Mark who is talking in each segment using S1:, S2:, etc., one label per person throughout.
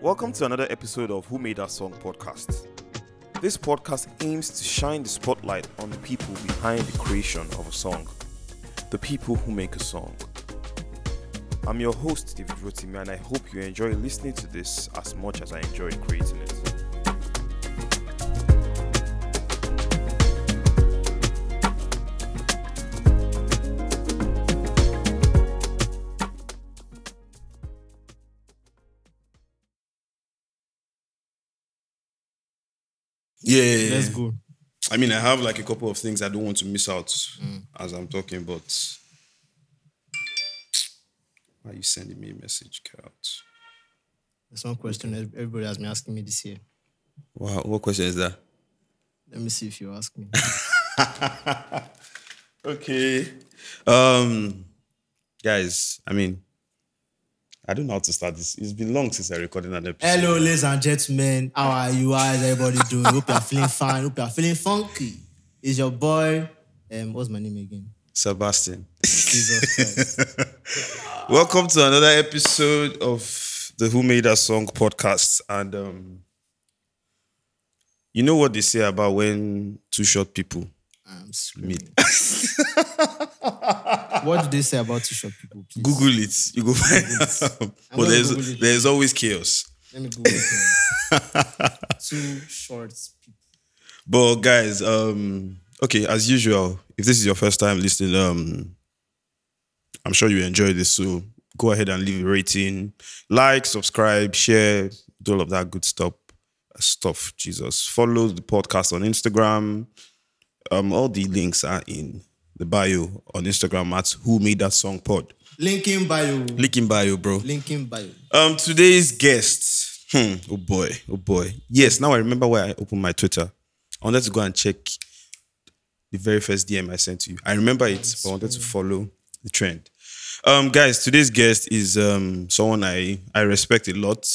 S1: Welcome to another episode of Who Made That Song podcast. This podcast aims to shine the spotlight on the people behind the creation of a song, the people who make a song. I'm your host, David Rotimi, and I hope you enjoy listening to this as much as I enjoy creating it.
S2: Yeah, yeah,
S3: Let's
S2: yeah.
S3: go.
S2: I mean, I have like a couple of things I don't want to miss out
S3: Mm.
S2: as I'm talking, but why are you sending me a message, Cat?
S3: There's one question ev- everybody has been asking me this year.
S2: Wow, what question is that?
S3: Let me see if you ask me.
S2: Okay, um, guys, I mean, I don't know how to start this. It's been long since I recorded an episode.
S3: Hello, ladies and gentlemen. How are you? How is everybody doing? Hope you're feeling fine. Hope you're feeling funky. It's your boy. Um, what's my name again?
S2: Sebastian.
S3: Jesus Christ.
S2: Welcome to another episode of the Who Made That Song podcast. And um, you know what they say about when two short people
S3: I'm screaming. what do they say about two short people? Please?
S2: Google it, you go find out. But
S3: gonna
S2: there's
S3: Google it.
S2: there's always chaos.
S3: Let me Google it. now. two short people.
S2: But guys, um, okay, as usual, if this is your first time listening, um, I'm sure you enjoy this. So go ahead and leave a rating, like, subscribe, share, do all of that good stuff. Stuff, Jesus. Follow the podcast on Instagram. Um, all the links are in the bio on Instagram at Who Made That Song Pod.
S3: Linking bio.
S2: Link in bio, bro.
S3: Linking bio.
S2: Um, today's guest. Hmm. Oh boy. Oh boy. Yes. Now I remember why I opened my Twitter. I wanted to go and check the very first DM I sent to you. I remember it, but I wanted to follow the trend. Um, guys, today's guest is um someone I I respect a lot,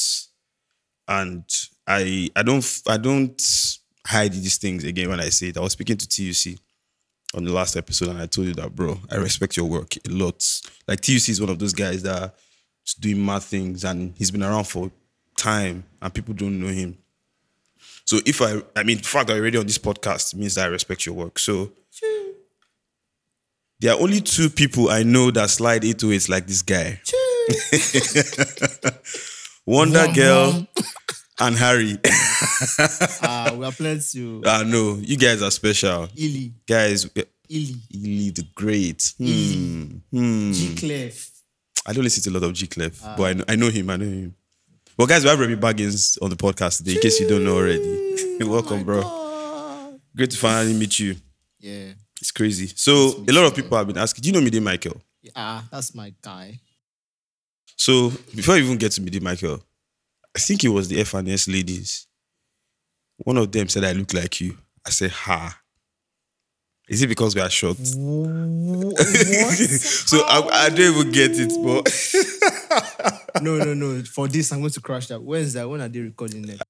S2: and I I don't f- I don't hide these things again when I say it. I was speaking to TUC on the last episode and I told you that, bro, I respect your work a lot. Like TUC is one of those guys that is doing mad things and he's been around for time and people don't know him. So if I, I mean, the fact that you're already on this podcast means that I respect your work. So there are only two people I know that slide 808s like this guy. Wonder
S3: Vroom,
S2: Girl
S3: vroom.
S2: and Harry.
S3: Ah, we are plenty.
S2: I know you guys are special.
S3: Illy.
S2: Guys,
S3: Illy.
S2: Ely the Great. Hmm.
S3: Illy. G Clef.
S2: I don't listen to a lot of G Clef, but I know, I know him. I know him. Well, guys, we have Remy Baggins on the podcast today, in case you don't know already.
S3: Oh
S2: Welcome, bro. Great to finally meet you.
S3: Yeah.
S2: It's crazy. So, a lot of people have been asking, Do you know Midi Michael?
S3: Ah, that's my guy.
S2: So, before you even get to Midi Michael, I think it was the FNS ladies. One of them said, I look like you. I said, Ha. Is it because we are short? so, I, I don't even get it, but.
S3: No, no, no. For this, I'm going to crash that. When is that? When are they recording that?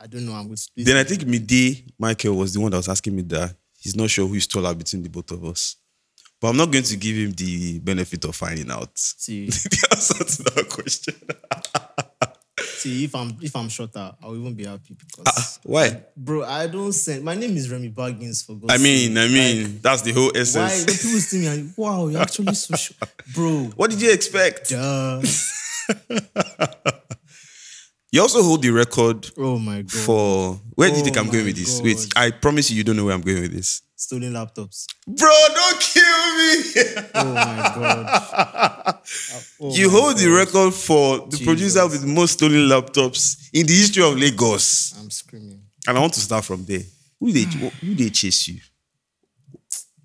S3: I don't know. I'm going to split.
S2: Then I think Midday Michael was the one that was asking me that he's not sure who's taller between the both of us. But I'm not going to give him the benefit of finding out
S3: see,
S2: the answer to that question.
S3: see, if I'm if I'm shorter, I'll even be happy because
S2: Why?
S3: bro, I don't send. My name is Remy Baggins. For God's
S2: I mean,
S3: sake.
S2: I mean, that's the whole
S3: why when
S2: essence.
S3: people see me? and, Wow, you're actually so short, bro.
S2: What did you expect?
S3: Duh.
S2: You also hold the record
S3: Oh my god.
S2: for where do you
S3: Oh
S2: think I'm going
S3: my
S2: with this?
S3: God.
S2: Wait, I promise you, you don't know where I'm going with this.
S3: Stolen laptops.
S2: Bro, don't kill me.
S3: Oh my god. Oh
S2: you
S3: my
S2: hold the
S3: God.
S2: record for the
S3: Jesus.
S2: producer with most stolen laptops in the history of Lagos.
S3: I'm screaming.
S2: And I want to start from there. Who they who they chase you?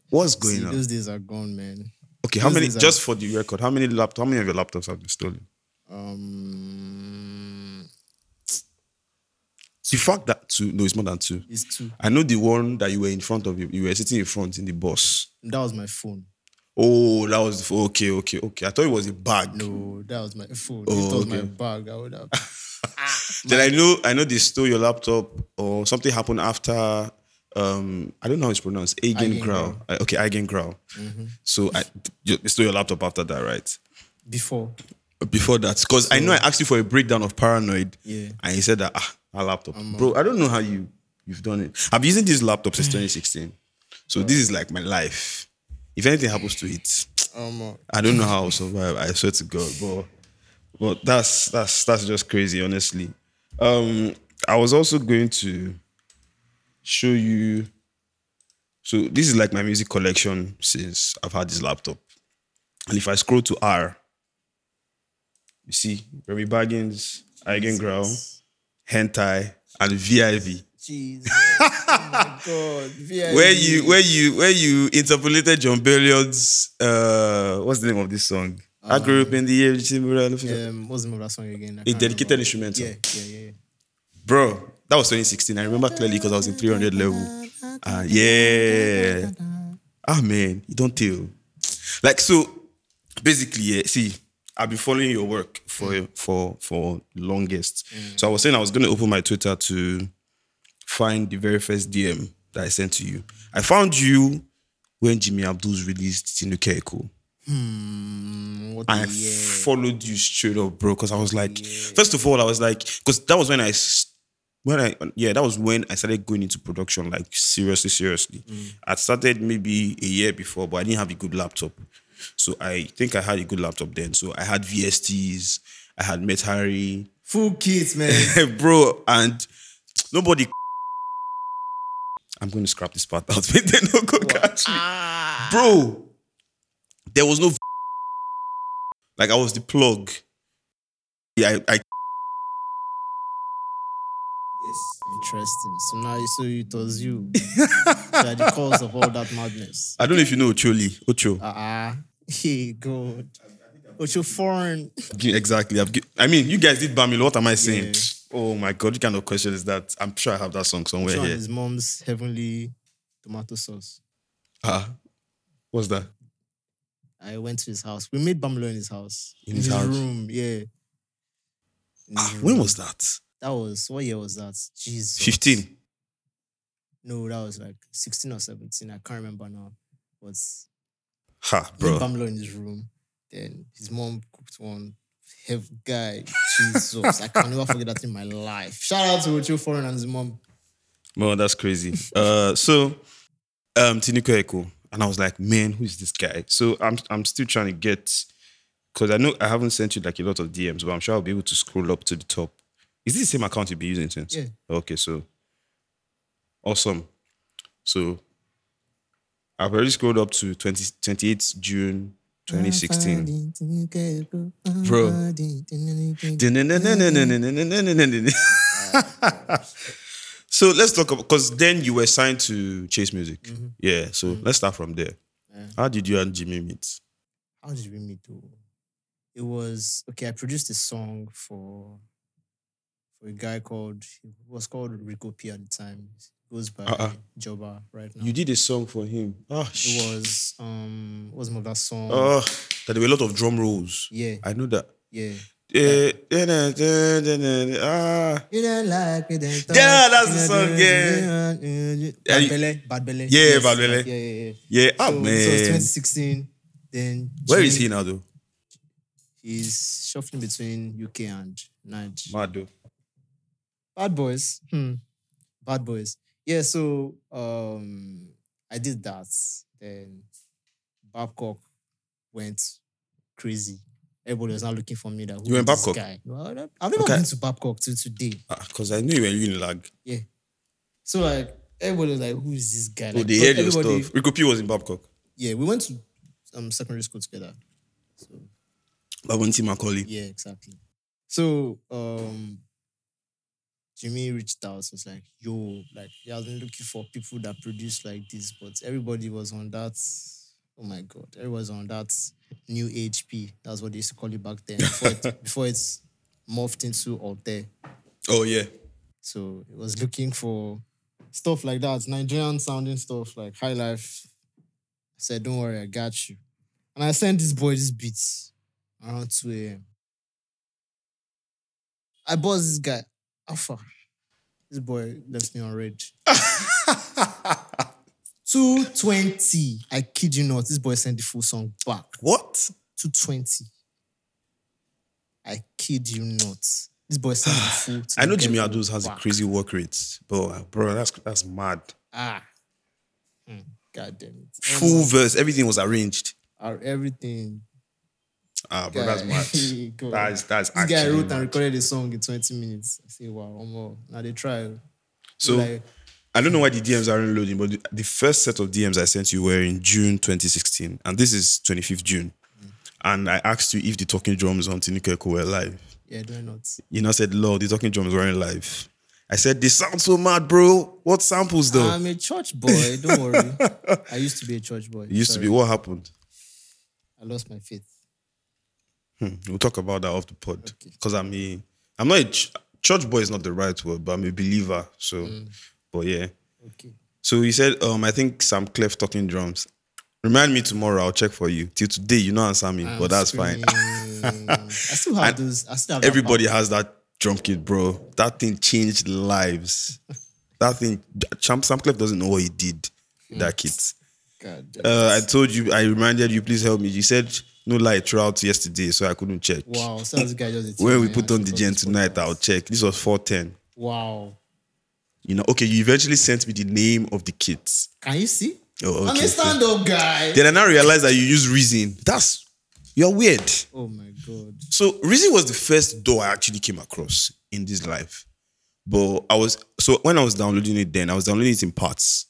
S2: What's going
S3: See,
S2: on?
S3: those days are gone, man.
S2: okay, how many?
S3: those are-
S2: Just for the record, how many laptops? How many of your laptops have been stolen?
S3: Um,
S2: The fact that two, no, it's more than two.
S3: it's two.
S2: I know the one that you were in front of. You, you were sitting in front in the bus.
S3: That was my phone.
S2: Oh, that was okay, okay, okay. I thought it was a bag.
S3: No, that was my phone.
S2: Oh,
S3: it was my
S2: okay.
S3: bag. I would have.
S2: Then I know, I know they stole your laptop or something happened after um, I don't know how it's pronounced. Eigengrau. Uh, Okay, Eigengrau.
S3: Mm-hmm.
S2: So I, you, it's still your laptop after that, right?
S4: before.
S2: Before that, because I know I asked you for a breakdown of Paranoid,
S3: Yeah.
S2: and you said that ah, my laptop, bro. I don't know how you you've done it. I've been using this laptop since 2016, so this is like my life. If anything happens to it,
S3: Um,
S2: I don't know how I'll survive. I swear to God, but but that's that's that's just crazy, honestly. Um, I was also going to show you. So this is like my music collection since I've had this laptop, and if I scroll to R, you see Remy Baggins, Eigen Grau, Hentai, and VIV.
S3: Jesus. oh my God. VIV.
S2: Where you where you where you interpolated John Bellion's uh what's the name of this song? I grew up in the year.
S3: Um, what's the name of that song again? I
S2: A
S3: can't
S2: dedicated
S3: remember.
S2: instrumental.
S3: Yeah, yeah, yeah. yeah.
S2: Bro, that was 2016. I remember clearly because I was in 300 level. Uh, yeah. Ah, man. You don't tell. Like, so basically, yeah, see, I've been following your work for for for longest. So I was saying I was going to open my Twitter to find the very first DM that I sent to you. I found you when Jimmy Abdul's released Tinukeko.
S3: Mm, What
S2: I
S3: the year?
S2: followed you straight up, bro. Because I was like, first of all, I was like, because that was when I, s- when I, yeah, that was when I started going into production, like seriously, seriously. I started maybe a year before, but I didn't have a good laptop. So I think I had a good laptop then. So I had VSTs, I had Met Harry,
S3: Full kit, man.
S2: bro, and nobody. I'm going to scrap this part out. they don't go catch me
S3: ah.
S2: bro. There was no like I was the plug. Yeah, I, I
S3: Interesting. So now you so it was you. you are the cause of all that madness.
S2: I don't know if you know Ocholi Ocho.
S3: Ah, hey God. But you're foreign.
S2: Gi- Exactly. I've, gi- I mean, you guys did Bamil. What am I saying?
S3: Yeah.
S2: Oh my god, what kind of question is that? I'm sure I have that song somewhere
S3: Sean
S2: here.
S3: his mom's heavenly tomato sauce.
S2: Ah, what's that?
S3: I went to his house. We made Bamlo in his house.
S2: In his house?
S3: room, yeah. In
S2: Ah,
S3: his
S2: when
S3: room.
S2: was that?
S3: that was what year was that? Jesus.
S2: Fifteen.
S3: No, that was like 16 or 17. I can't remember now. But
S2: Ha,
S3: Bro.
S2: bro.
S3: in his room. Then his mom cooked one. Hev guy, Jesus, I can never forget that in my life. Shout out to Ocho Foreign and his mom.
S2: No, that's crazy. uh, so, um, Tiniko Eko, and I was like, man, who is this guy? So I'm I'm still trying to get because I know I haven't sent you like a lot of DMs, but I'm sure I'll be able to scroll up to the top. Is this the same account you've been using since?
S3: Yeah.
S2: Okay, so awesome. So I've already scrolled up to 20, 28th June
S3: Ah,
S2: 2016. Bro. so let's talk about because then you were signed to Chase Music. Yeah. So let's start from there.
S3: Yeah.
S2: How did you and Jimmy meet?
S3: How did we meet though? It was okay, I produced a song for for a guy called he was called Rico P at the time. He goes by
S2: Uh-uh.
S3: Jobba right now.
S2: You did a song for him. Oh,
S3: it was um what was more that song?
S2: Oh, that there were a lot of drum rolls.
S3: yeah,
S2: I know that.
S3: yeah.
S2: Eh, eh, nah, nah, nah, nah, nah, ah.
S3: You don't like me, then talk.
S2: Yeah, that's the
S3: You
S2: song,
S3: don't-
S2: yeah. Yeah,
S3: Bad
S2: you-
S3: Belle, Bad Belle.
S2: Yeah, Bad Belle.
S3: Yeah, yeah, yeah.
S2: Yeah, ah,
S3: so, so it's
S2: man.
S3: 2016. Then
S2: Where is he
S3: Jimmy
S2: now, though?
S3: He's shuffling between UK and Nige.
S2: Mad, though.
S3: Bad Boys. Hmm. Bad Boys. Yeah, so um I did that. Then Babcock went crazy. Everybody was now looking for me. That who
S2: You were in
S3: is this
S2: Babcock?
S3: guy? Well, I don't- I've never
S2: Okay.
S3: been to Babcock till today.
S2: Because I knew you were in lag.
S3: So like everybody was like, who is this guy?
S2: oh,
S3: Like,
S2: they heard your
S3: everybody-
S2: stuff. Rico P was in Babcock.
S3: Yeah, we went to um secondary school together. So
S2: Babonti Macaulay.
S3: yeah, exactly. So um Jimmy reached out, was like, yo, like he has been looking for people that produce like this, but everybody was on that. Oh my god, everybody's on that new HP. That's what they used to call it back then. Before, it, before it's morphed into Altair.
S2: Oh, yeah.
S3: So it was looking for stuff like that, Nigerian sounding stuff like High Life. I said, Don't worry, I got you. And I sent this boy these beats around 2 a.m. I bought this guy, Alpha. This boy left me on red. 220. I kid you not. This boy sent the full song back.
S2: What?
S3: 220. I kid you not. This boy sent the full.
S2: I know
S3: to
S2: Jimmy
S3: get
S2: Ados has a
S3: back.
S2: crazy work rate, but uh, bro, that's that's mad.
S3: Ah. Mm, God damn it.
S2: Full verse, everything was arranged.
S3: Our everything.
S2: Ah, bro, that's
S3: Guy.
S2: mad.
S3: God.
S2: That is that's
S3: This guy
S2: actually
S3: wrote and
S2: mad.
S3: recorded a song in 20 minutes. I say, wow, more. Now they try.
S2: So
S3: like,
S2: I don't know why the DMs aren't loading, but the, the first set of DMs I sent you were in June 2016, and this is 25th June.
S3: Mm.
S2: And I asked you if the talking drums on Tinikeko were live.
S3: yeah, do I not?
S2: You know, I said, Lord, the talking drums weren't live. I said, they sound so mad, bro. What samples though?
S3: I'm a church boy. Don't worry. I used to be a church boy.
S2: it used to be what happened?
S3: I lost my faith.
S2: We'll talk about that off the pod because I'm a, I'm not a ch- church boy is not the right word, but I'm a believer. So, but yeah.
S3: Okay.
S2: So he said, um, I think Sam Clef talking drums. Remind me tomorrow. I'll check for you. Till today, you know, answer me, but that's fine.
S3: fine. I still have those. I still have that
S2: Everybody has that drum kit, bro. That thing changed lives. that thing, Champ Sam Clef doesn't know what he did. with That kit.
S3: power. God damn.
S2: Uh, I told you, I reminded you, please help me. You said no light throughout yesterday, so I couldn't check.
S3: wow. So this guy just a
S2: When we
S3: teacher,
S2: put
S3: man.
S2: on the gen tonight, I'll check. This was 410.
S3: Wow.
S2: You know, okay, you eventually sent me the name of the kits.
S3: Can you see?
S2: Oh,
S3: I'm
S2: okay.
S3: a stand up guy.
S2: Then I now realized that you use Reason. That's, you're weird.
S3: Oh my God.
S2: So Reason was the first door I actually came across in this life. But I was, so when I was downloading it then, I was downloading it in parts.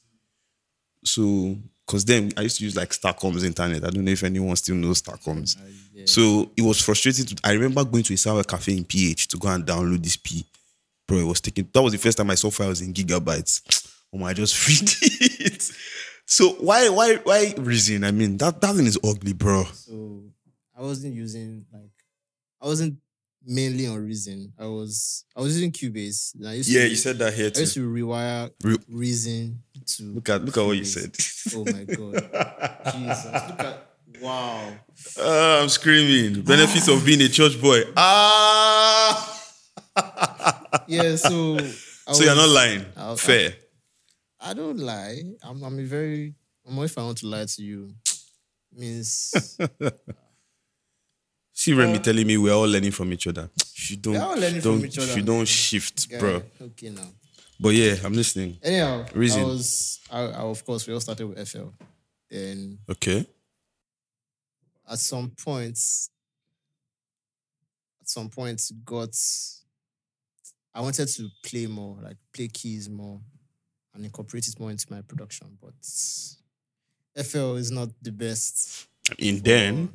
S2: So, because then I used to use like Starcom's internet. I don't know if anyone still knows Starcom's. So it was frustrating. To, I remember going to a server cafe in PH to go and download this P. Bro, it was taking, that was the first time I saw files in gigabytes. Oh my, I just freaked it. So why, why, why Reason? I mean, that, that thing is ugly, bro.
S3: So I wasn't using like I wasn't mainly on Reason. I was I was using Cubase. And I used to,
S2: that here
S3: I used to rewire
S2: Re-
S3: Reason to
S2: Look at, look at what you
S3: Cubase.
S2: said.
S3: Oh my god. Jesus. Look at wow.
S2: Ah, I'm screaming. Benefits of being a church boy. Ah.
S3: Yeah, so I
S2: So you're
S3: was-
S2: not lying.
S3: I'll-
S2: Fair.
S3: I don't lie. I'm I'm a very I'm if I want to lie to you. Means
S2: See Remy telling me we're all learning from each other. You don't,
S3: We're all learning
S2: don't,
S3: from each other,
S2: you don't shift,
S3: guy,
S2: bro.
S3: okay now.
S2: But yeah, I'm listening.
S3: Anyhow,
S2: Reason.
S3: I was I, I of course we all started with FL. Then
S2: Okay.
S3: at some point, at some point, got. I wanted to play more, like play keys more, and incorporate it more into my production. But FL is not the best.
S2: And then,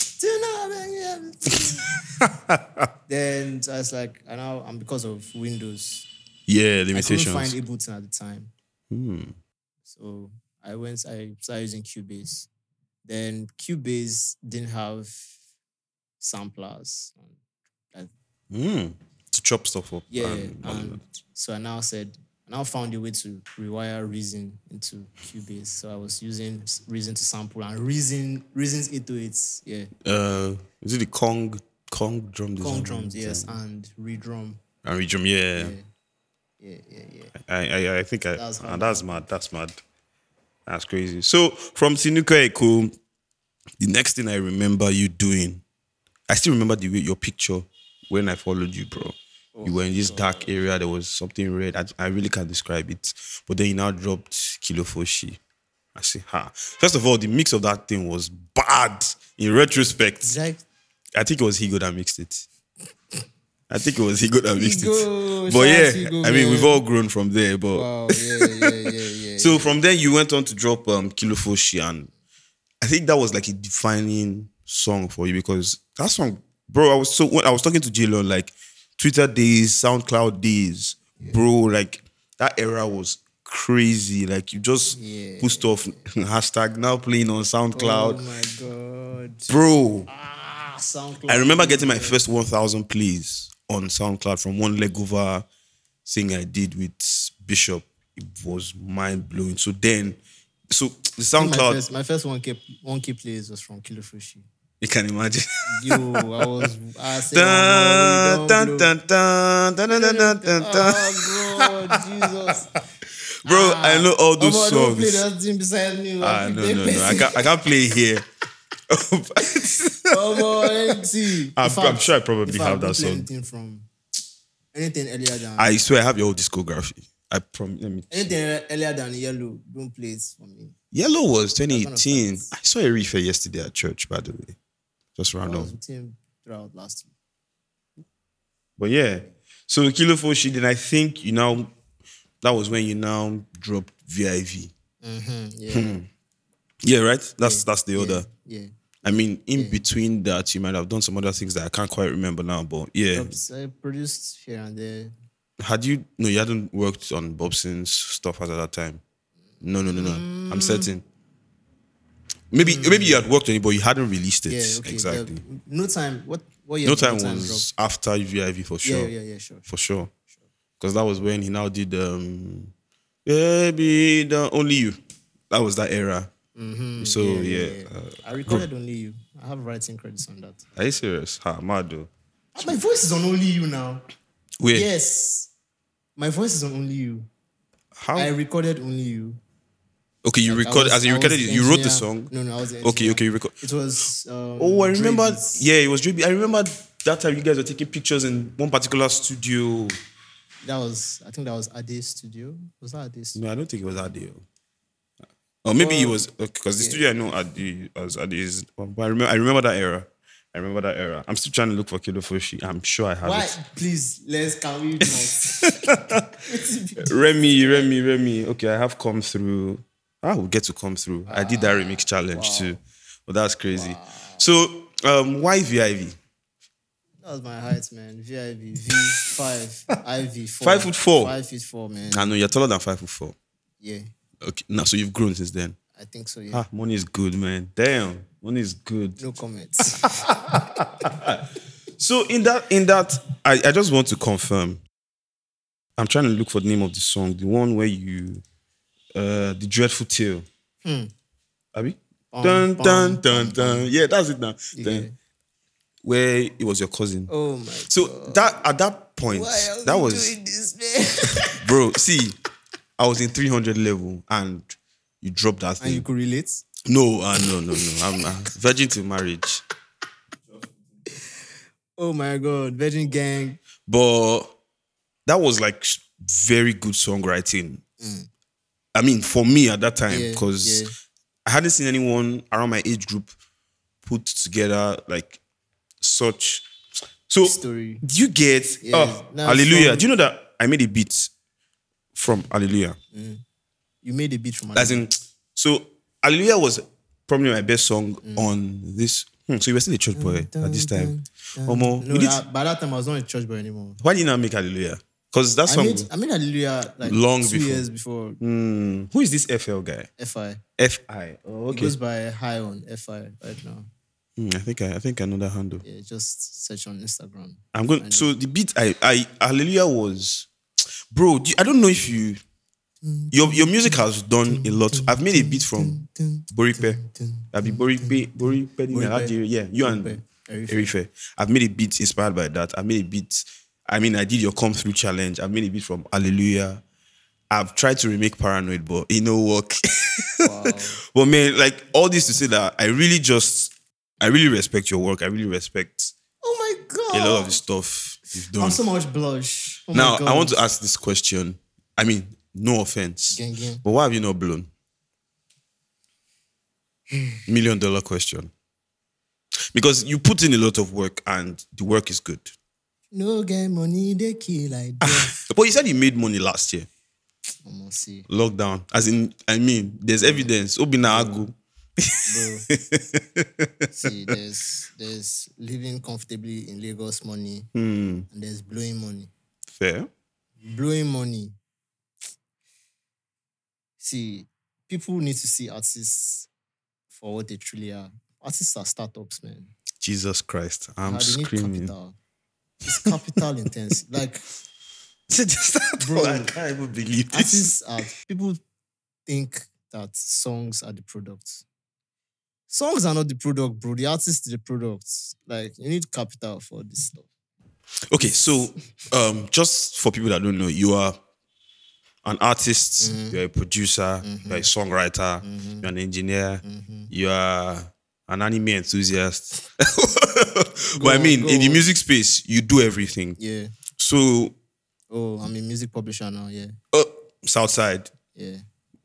S3: then I was like, and now and because of Windows,
S2: yeah,
S3: I couldn't find
S2: limitations.
S3: Ableton at the time.
S2: Hmm.
S3: So I went, I started using Cubase. Then Cubase didn't have samplers and
S2: Hmm. To chop stuff up.
S3: Yeah.
S2: and- um,
S3: and so I now said, I now found a way to rewire Reason into Cubase. So I was using s- Reason to sample and Reason, Reason's 808s, yeah,
S2: uh, is it the Kong Kong drum design?
S3: Kong drums, yes, and redrum.
S2: And we drum, yeah.
S3: Yeah, yeah, yeah.
S2: I, I, I think I,
S3: That's
S2: that's,
S3: mad.
S2: that's mad. That's mad. That's crazy. So from Sinuka Eko, the next thing I remember you doing, I still remember the way your picture when I followed you, bro.
S3: Oh,
S2: you were in this dark area. There was something red. I, I really can't describe it. But then you now dropped Kilofoshi. I say, ha. First of all, the mix of that thing was bad. In retrospect,
S3: Did I,
S2: I think it was Higo that mixed it. I think it was Higo that mixed
S3: Higo,
S2: it. But
S3: shout out
S2: yeah,
S3: to Higo,
S2: I mean,
S3: man.
S2: we've all grown from there. But
S3: wow, Oh, yeah, yeah, yeah, yeah.
S2: so from there, you went on to drop um, Kilofoshi, and I think that was like a defining song for you because that song, bro. I was so when I was talking to Jalen, like Twitter days, SoundCloud days, bro. Like that era was crazy. Like you just
S3: Yeah.
S2: put stuff hashtag now playing on
S3: oh
S2: SoundCloud,
S3: my God.
S2: bro.
S3: Ah, SoundCloud.
S2: I remember getting my first 1,000 plays on SoundCloud from one legover thing I did with Bishop. It was mind blowing. So then, so the
S3: my
S2: SoundCloud,
S3: first, my first 1K, 1K plays was from Killer Fushi.
S2: you can imagine.
S3: Yo, I was. I said,
S2: Dun,
S3: "Oh, no, we don't
S2: dun,
S3: blow."
S2: dun, dun, dun, dun, dun, dun, dun, dun.
S3: Oh, Oh, Jesus.
S2: Bro,
S3: Ah.
S2: I know all those
S3: Omo, Don't play
S2: songs.
S3: that thing beside me.
S2: Ah, no, no, no. I can't, I can't play it here.
S3: Oh, boy, empty.
S2: I'm-
S3: In
S2: I'm sure I probably
S3: if
S2: have that
S3: I'll play
S2: song.
S3: Anything from anything earlier than
S2: I swear I have your whole discography. I promise. Let me.
S3: anything earlier than yellow, don't play it for me.
S2: Yellow was
S3: gonna
S2: 2018.
S3: fight.
S2: I saw a reefer yesterday at church, by the way. Just
S3: I
S2: random.
S3: was with him throughout last week.
S2: But yeah. So Kilo Foshi, then I think you now that was when you now dropped VIV.
S3: Yeah,
S2: Hmm. Yeah, right? That's that's the order.
S3: yeah.
S2: I mean, in between that, you might have done some other things that I can't quite remember now, but yeah.
S3: Jobs I uh, produced here and there.
S2: Had you no, you hadn't worked on Bobson's stuff at that time. No, no, no, no.
S3: Mm.
S2: I'm certain. Maybe maybe you had worked on it, but you hadn't released it.
S3: Yeah, okay.
S2: exactly.
S3: yeah. No time. What? What year?
S2: No
S3: did
S2: time was after VIV for
S3: drop?
S2: sure.
S3: Yeah, yeah, yeah. Sure.
S2: for sure. Because that was when he now did um, Baby, the Only You. That was that era.
S3: Mm-hmm.
S2: So, yeah. Uh,
S3: I recorded only you. I have writing credits on that.
S2: are you serious? Ha, mad though.
S3: Ah, My voice is on only you now.
S2: Wait,
S3: Yes, my voice is on only you.
S2: how?
S3: I recorded only you.
S2: okay, you
S3: I
S2: recorded,
S3: was-
S2: as you
S3: I was
S2: recorded it,
S3: the
S2: you wrote the
S3: engineer.
S2: song.
S3: No, no, I was the
S2: okay,
S3: engineer.
S2: okay, you record.
S3: It was. Um,
S2: Oh, I remember.
S3: Dre Beats.
S2: Yeah, it was Drippy. I remember that time you guys were taking pictures in one particular studio.
S3: That was. I think that was Ade Studio. Was that Ade Studio?
S2: No, I don't think it was Adi. oh. Or Oh, maybe it
S3: Well,
S2: was because the studio I know Adi as Adi is. But I remember, I remember that era. I remember that era. I'm still trying to look for Kilo Fushi. I'm sure I have
S3: Why?
S2: it.
S3: Please, let's can we not?
S2: Remy, Remy, Remy. Okay, I have come through. I will get to come through. I did that remix challenge too. But that's crazy. So, um, why VIV?
S3: That was my height, man. VIV, V5, IV, 4.
S2: Five foot four. Ah.
S3: 5 feet 4, man.
S2: I know you're taller than five foot four.
S3: Yeah,
S2: Okay, now so you've grown since then.
S3: I think so, yeah.
S2: Ah, money is good, man. Damn, money is good.
S3: No comments.
S2: So in that in that, I, I just want to confirm. I'm trying to look for the name of the song, the one where you, uh, the dreadful tale.
S3: Hmm.
S2: Abi, dun dun dun dun. Yeah, that's it now.
S3: Yeah.
S2: Dun. Where it was your cousin.
S3: oh, my.
S2: So that at that point,
S3: Why are
S2: that
S3: we
S2: was
S3: doing this, man?
S2: bro. See, I was in 300 level and you dropped that
S3: and you
S2: thing.
S3: could relate?
S2: No, uh, no, no, no. I'm uh, virgin to marriage,
S3: Oh, my God. Virgin Gang.
S2: but that was like very good songwriting. I mean, for me at that time,
S3: Mm. Yeah,
S2: because
S3: yeah.
S2: I hadn't seen anyone around my age group put together like such. So
S3: Story.
S2: Do you get
S3: Yeah,
S2: oh,
S3: now
S2: Hallelujah?
S3: from-
S2: Do you know that I made a beat from Hallelujah?
S3: You made a beat from
S2: As in, so Hallelujah was probably my best song
S3: Mm.
S2: on this. Hmm, so you were still a church boy at this time. Omo,
S3: No,
S2: we did-
S3: that, by that time, I was not in church boy anymore.
S2: why did you not make Hallelujah? Because that
S3: I
S2: song.
S3: made, I made Hallelujah like
S2: Long
S3: two
S2: before.
S3: years before
S2: Hmm, who is this FL guy?
S3: FI.
S2: FI. Oh,
S3: It
S2: okay.
S3: goes by high on FI right now.
S2: Hmm, I think I, I think I know that handle.
S3: Yeah, just search on Instagram.
S2: I'm going. So the beat I I Hallelujah was, bro. do you- I don't know if you. Your, your music has done a lot. I've made a beat from Boripe. I'll be Boripe. Boripe. Boripe. Yeah, you and
S3: Erife.
S2: Erife. I've made a beat inspired by that. I've made a beat. I mean, I did your come through challenge. I've made a beat from Hallelujah. I've tried to remake Paranoid, but it no work. but man, like all this to say that I really just, I really respect your work. I really respect
S3: Oh my
S2: a
S3: god!
S2: lot of the stuff you've done.
S3: I'm so much blush. Oh
S2: Now,
S3: my God.
S2: I want to ask this question. I mean, no offense,
S3: Gang, gang.
S2: but why have you not blown? Million dollar question. Because you put in a lot of work and the work is good.
S3: No get money, they kill like death.
S2: But you said you made money last year,
S3: I'ma see,
S2: lockdown. As in, I mean, there's evidence. Obina Agu.
S3: bro. see, there's there's living comfortably in Lagos money, and there's blowing money.
S2: Hmm, Fair.
S3: Blowing money. See, people need to see artists for what they truly are. Artists are startups, man.
S2: Jesus Christ.
S3: Nah,
S2: I'm
S3: they need
S2: screaming.
S3: Capital. It's capital intense. Like
S2: Bro, I can't even believe this.
S3: artists are people think that songs are the product. Songs are not the product, bro. The artist is the product. Like you need capital for this stuff.
S2: Okay, so um, just for people that don't know, you are an artist,
S3: Mhm.
S2: you're a producer,
S3: Mm-hmm.
S2: you're a songwriter,
S3: Mhm.
S2: you're an engineer,
S3: Mhm.
S2: you are an anime enthusiast. but I
S3: on,
S2: mean,
S3: go
S2: in the
S3: on.
S2: music space, you do everything.
S3: Yeah.
S2: So,
S3: Oh, I'm a music publisher now. Yeah.
S2: uh, Southside,
S3: Yeah.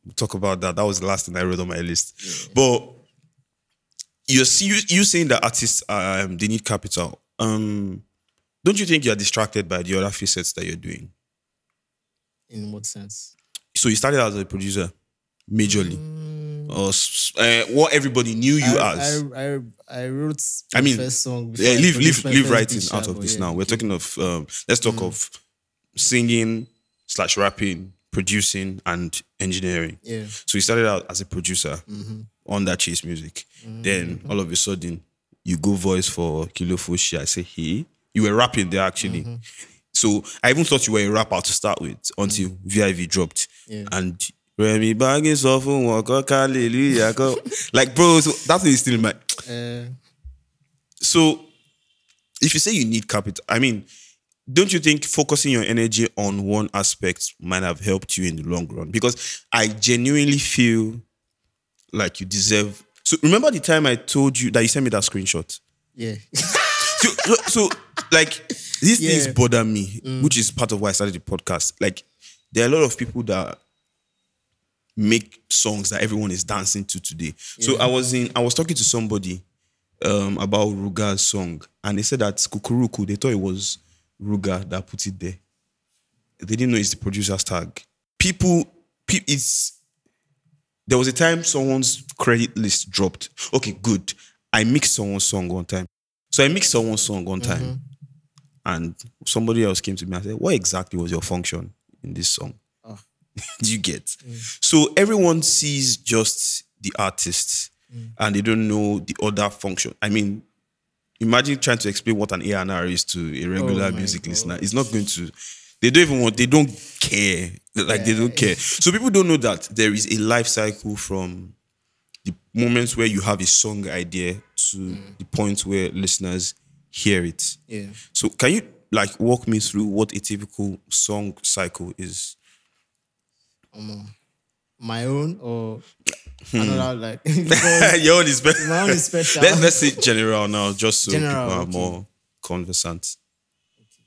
S2: we'll talk about that. That was the last thing I wrote on my list. But you're see- you you saying that artists um, they need capital. Um, don't you think you're distracted by the other facets that you're doing?
S3: In what sense?
S2: So you started as a producer, majorly, or s- uh, what everybody knew you
S3: Mm. I,
S2: as.
S3: I, I, I wrote
S2: I
S3: my
S2: mean,
S3: first song. before
S2: Yeah,
S3: I
S2: leave leave
S3: produced my
S2: leave
S3: first
S2: writing
S3: picture,
S2: out of
S3: but
S2: this
S3: yeah. Mm.
S2: now. We're talking of um, let's talk of singing slash rapping, producing and engineering.
S3: Yeah. Mm-hmm.
S2: So you started out as a producer on that Chase Music. Then all of a sudden you go voice for Kilo Fushi. I say hey, you were rapping there actually.
S3: Mm-hmm.
S2: So I even thought you were a rapper to start with until VIV dropped
S3: Mm. Yeah.
S2: and. Remy Baggins off like bro, so that's what is still in my
S3: Uh,
S2: so, if you say you need capital, I mean, don't you think focusing your energy on one aspect might have helped you in the long run? Because I genuinely feel like you deserve. So remember the time I told you that you sent me that screenshot.
S3: yeah.
S2: So, so, so, like these
S3: Yeah.
S2: things bother me, which is part of why I started the podcast. Like there are a lot of people that make songs that everyone is dancing to today. So I was in, I was talking to somebody um, about Ruga's song, and they said that Kukuruku, they thought it was Ruga that put it there. They didn't know it's the producer's tag. People, pe- it's there was a time someone's credit list dropped. Okay, good. I mixed someone's song one time. So I mixed someone's song one time. And somebody else came to me and said, What exactly was your function in this song?
S3: Oh.
S2: Do you get?
S3: Mm.
S2: So everyone sees just the artist
S3: Mm.
S2: and they don't know the other function. I mean, imagine trying to explain what an A&R is to a regular
S3: Oh my
S2: music
S3: God.
S2: listener. It's not going to, they don't even want, they don't care. Like they don't care. So people don't know that there is a life cycle from the moments where you have a song idea to the point where listeners hear it.
S3: Mm. Yeah.
S2: So can you like walk me through what a typical song cycle is?
S3: Um, my own or
S2: Hmm.
S3: another like because
S2: Your own is better.
S3: my own is special.
S2: Let's, let's say general now, just so
S3: General,
S2: people are
S3: okay.
S2: more conversant.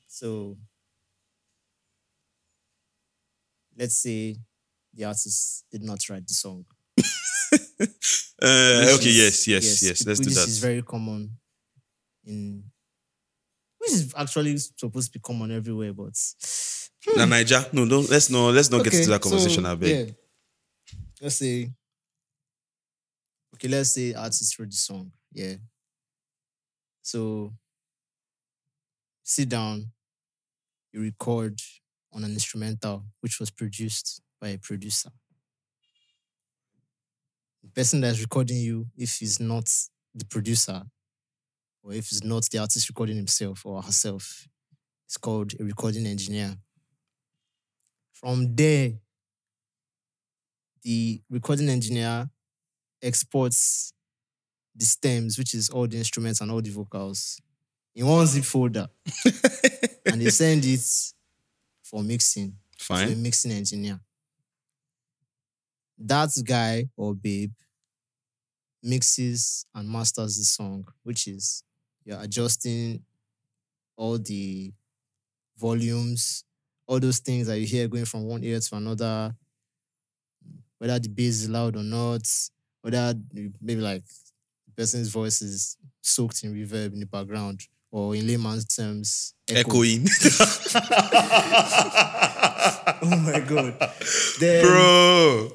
S3: So let's say the artist did not write the song.
S2: Uh,
S3: which
S2: okay,
S3: is-
S2: yes, yes, yes. Let's do
S3: which
S2: that.
S3: is very common in which is actually supposed to be common everywhere, but
S2: Na Niger, no, don't let's not let's not get into that conversation. I beg.
S3: Yeah. Let's say okay, let's say artist wrote the song. Yeah. So sit down, you record on an instrumental which was produced by a producer. The person that's recording you, if he's not the producer, or if it's not the artist recording himself or herself, it's called a recording engineer. From there, the recording engineer exports the stems, which is all the instruments and all the vocals, in one zip folder. and they send it for mixing to a
S2: Fine.
S3: mixing engineer. That guy or babe mixes and masters the song, which is you're adjusting all the volumes, all those things that you hear going from one ear to another, whether the bass is loud or not, whether the- maybe like the person's voice is soaked in reverb in the background, or in layman's terms, echo.
S2: Echoing.
S3: Oh my god. Then-
S2: Bro.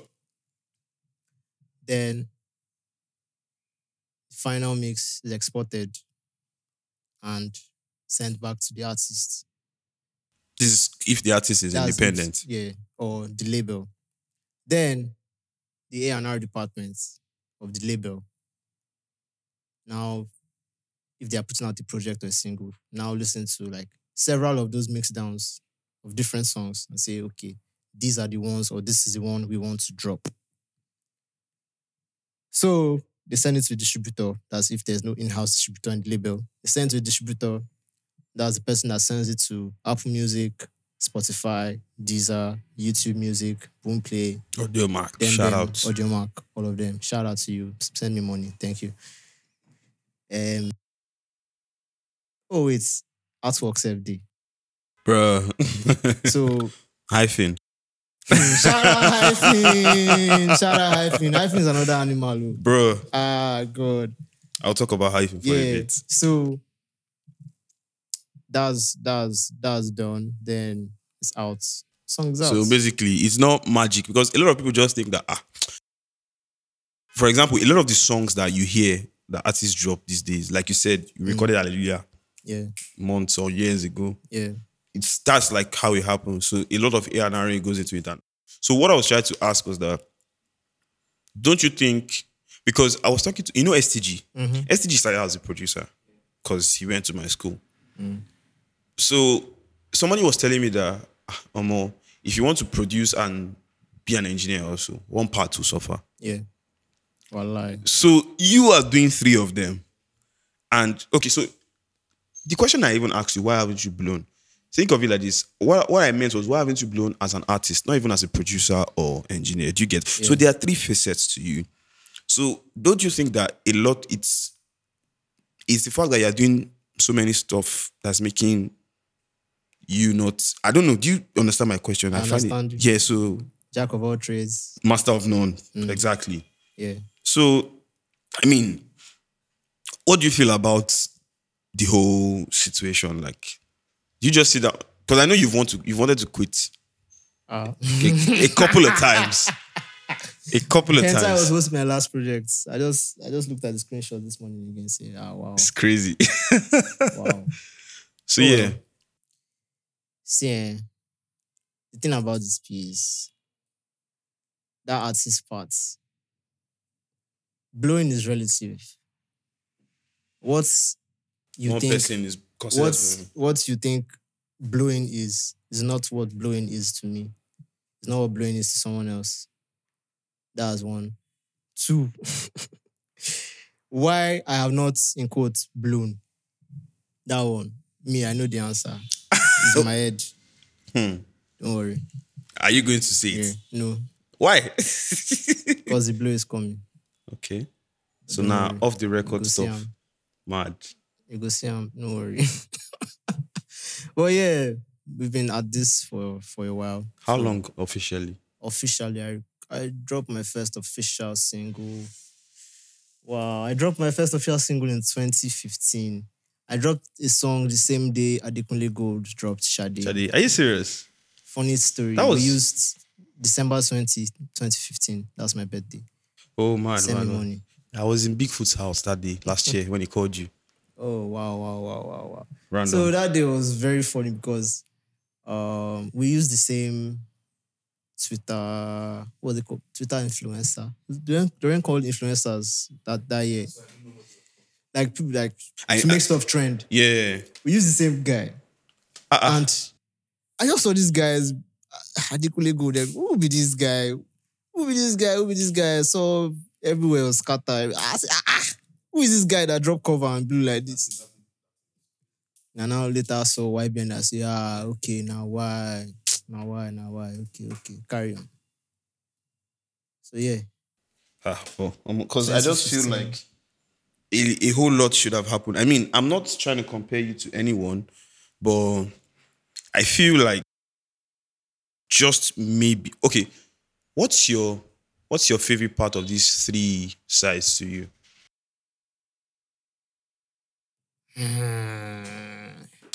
S3: then final mix is exported and sent back to the artist.
S2: This is if the artist is
S3: That's it.
S2: independent.
S3: yeah, or the label. Then the A&R department of the label. Now, if they are putting out the project or a single, now listen to like several of those mix downs of different songs and say, okay, these are the ones or this is the one we want to drop. So they send it to a distributor. That's if there's no in-house distributor in the label. They send it to a distributor. That's the person that sends it to Apple Music, Spotify, Deezer, YouTube Music, Boomplay,
S2: Audio Mark.
S3: them,
S2: Shout
S3: them,
S2: out.
S3: Audio Mark, all of them. Shout out to you. S- Send me money. Thank you. Um. Oh, it's Artworks FD.
S2: Bruh.
S3: So
S2: Hyphen.
S3: shout out hyphen. Shout out hyphen. Hyphen is another animal. oh.
S2: Bro,
S3: Ah, God.
S2: I'll talk about hyphen for a
S3: yeah.
S2: bit.
S3: So that's that's that's done. Then it's out. Songs out.
S2: So basically, it's not magic because a lot of people just think that, ah, for example, a lot of the songs that you hear that artists drop these days, like you said, you recorded Hallelujah
S3: yeah,
S2: months or years ago.
S3: yeah.
S2: It's that's like how it happens. So a lot of A and R goes into it. And so what I was trying to ask was that, don't you think? Because I was talking to you know STG. STG started out as a producer because he went to my school. So somebody was telling me that "Ah, Omo, if you want to produce and be an engineer also, one part will suffer.
S3: Yeah. Wallahi.
S2: So you are doing three of them. And okay, so the question I even asked you, why haven't you blown? Think of it like this. What, what I meant was, why haven't you blown as an artist, not even as a producer or engineer? Do you get? So there are three facets to you. So don't you think that a lot it's it's the fact that you're doing so many stuff that's making you not I don't know. Do you understand my question?
S3: I understand
S2: Find it,
S3: you. Mm.
S2: yeah, so
S3: Jack of all trades.
S2: master of none. Exactly.
S3: Yeah.
S2: So, I mean, what do you feel about the whole situation? Like, you just see that because I know you've want to you wanted to quit
S3: Ah.
S2: a, a couple of times, a couple of
S3: Hence, I was
S2: times.
S3: supposed to be my last project. I just I just looked at the screenshot this morning again. Say, ah, wow,
S2: It's crazy.
S3: wow.
S2: so yeah,
S3: See, eh, the thing about this piece, that artist part, blowing is relative. What you
S2: one
S3: think?
S2: person is considered
S3: What what you think blowing is is not what blowing is to me. It's not what blowing is to someone else. That's one. Two. Why I have not in quotes blown. That one. Me, I know the answer. It's in my head.
S2: Hmm.
S3: Don't worry.
S2: Are you going to say it?
S3: Yeah. No.
S2: Why?
S3: Because the blow is coming.
S2: okay. So
S3: Don't
S2: now
S3: worry.
S2: off the
S3: You Mm. go
S2: record
S3: see
S2: stuff.
S3: am.
S2: Mad.
S3: You go see am. No worry. but yeah, we've been at this for for a while.
S2: How long officially?
S3: officially I, I dropped my first official single. Wow, I dropped my first official single in 2015. I dropped a song the same day Adekunle Gold dropped Shade.
S2: Shadi, Are you serious?
S3: Funny story.
S2: That was-
S3: we used December 20, 2015. That's my birthday.
S2: Oh man,
S3: Send me
S2: man, man.
S3: money.
S2: I was in Bigfoot's house that day last year when he called you.
S3: Oh wow, wow, wow, wow, wow.
S2: Random.
S3: So that day was very funny because um, we used the same Twitter, what's it called? Twitter influencer. They weren't- they weren't called influencers that, that year. Like people like
S2: I-
S3: to
S2: I-
S3: make stuff trend.
S2: yeah.
S3: We used the same guy.
S2: Ah, ah.
S3: And I just saw these guys uh, adequately good. Like, who be this guy? Who be this guy? Who be this guy? So everywhere was scattered. I said, ah, ah, who is this guy that dropped cover and blew like this? And now later I saw YBN. I say, ah, okay, now why? Now why? Now why? Okay, okay, carry on. So yeah,
S2: Ah, because I just feel like a, a whole lot should have happened. I mean, I'm not trying to compare you to anyone, but I feel like just maybe okay. What's your what's your favorite part of these three sides to you?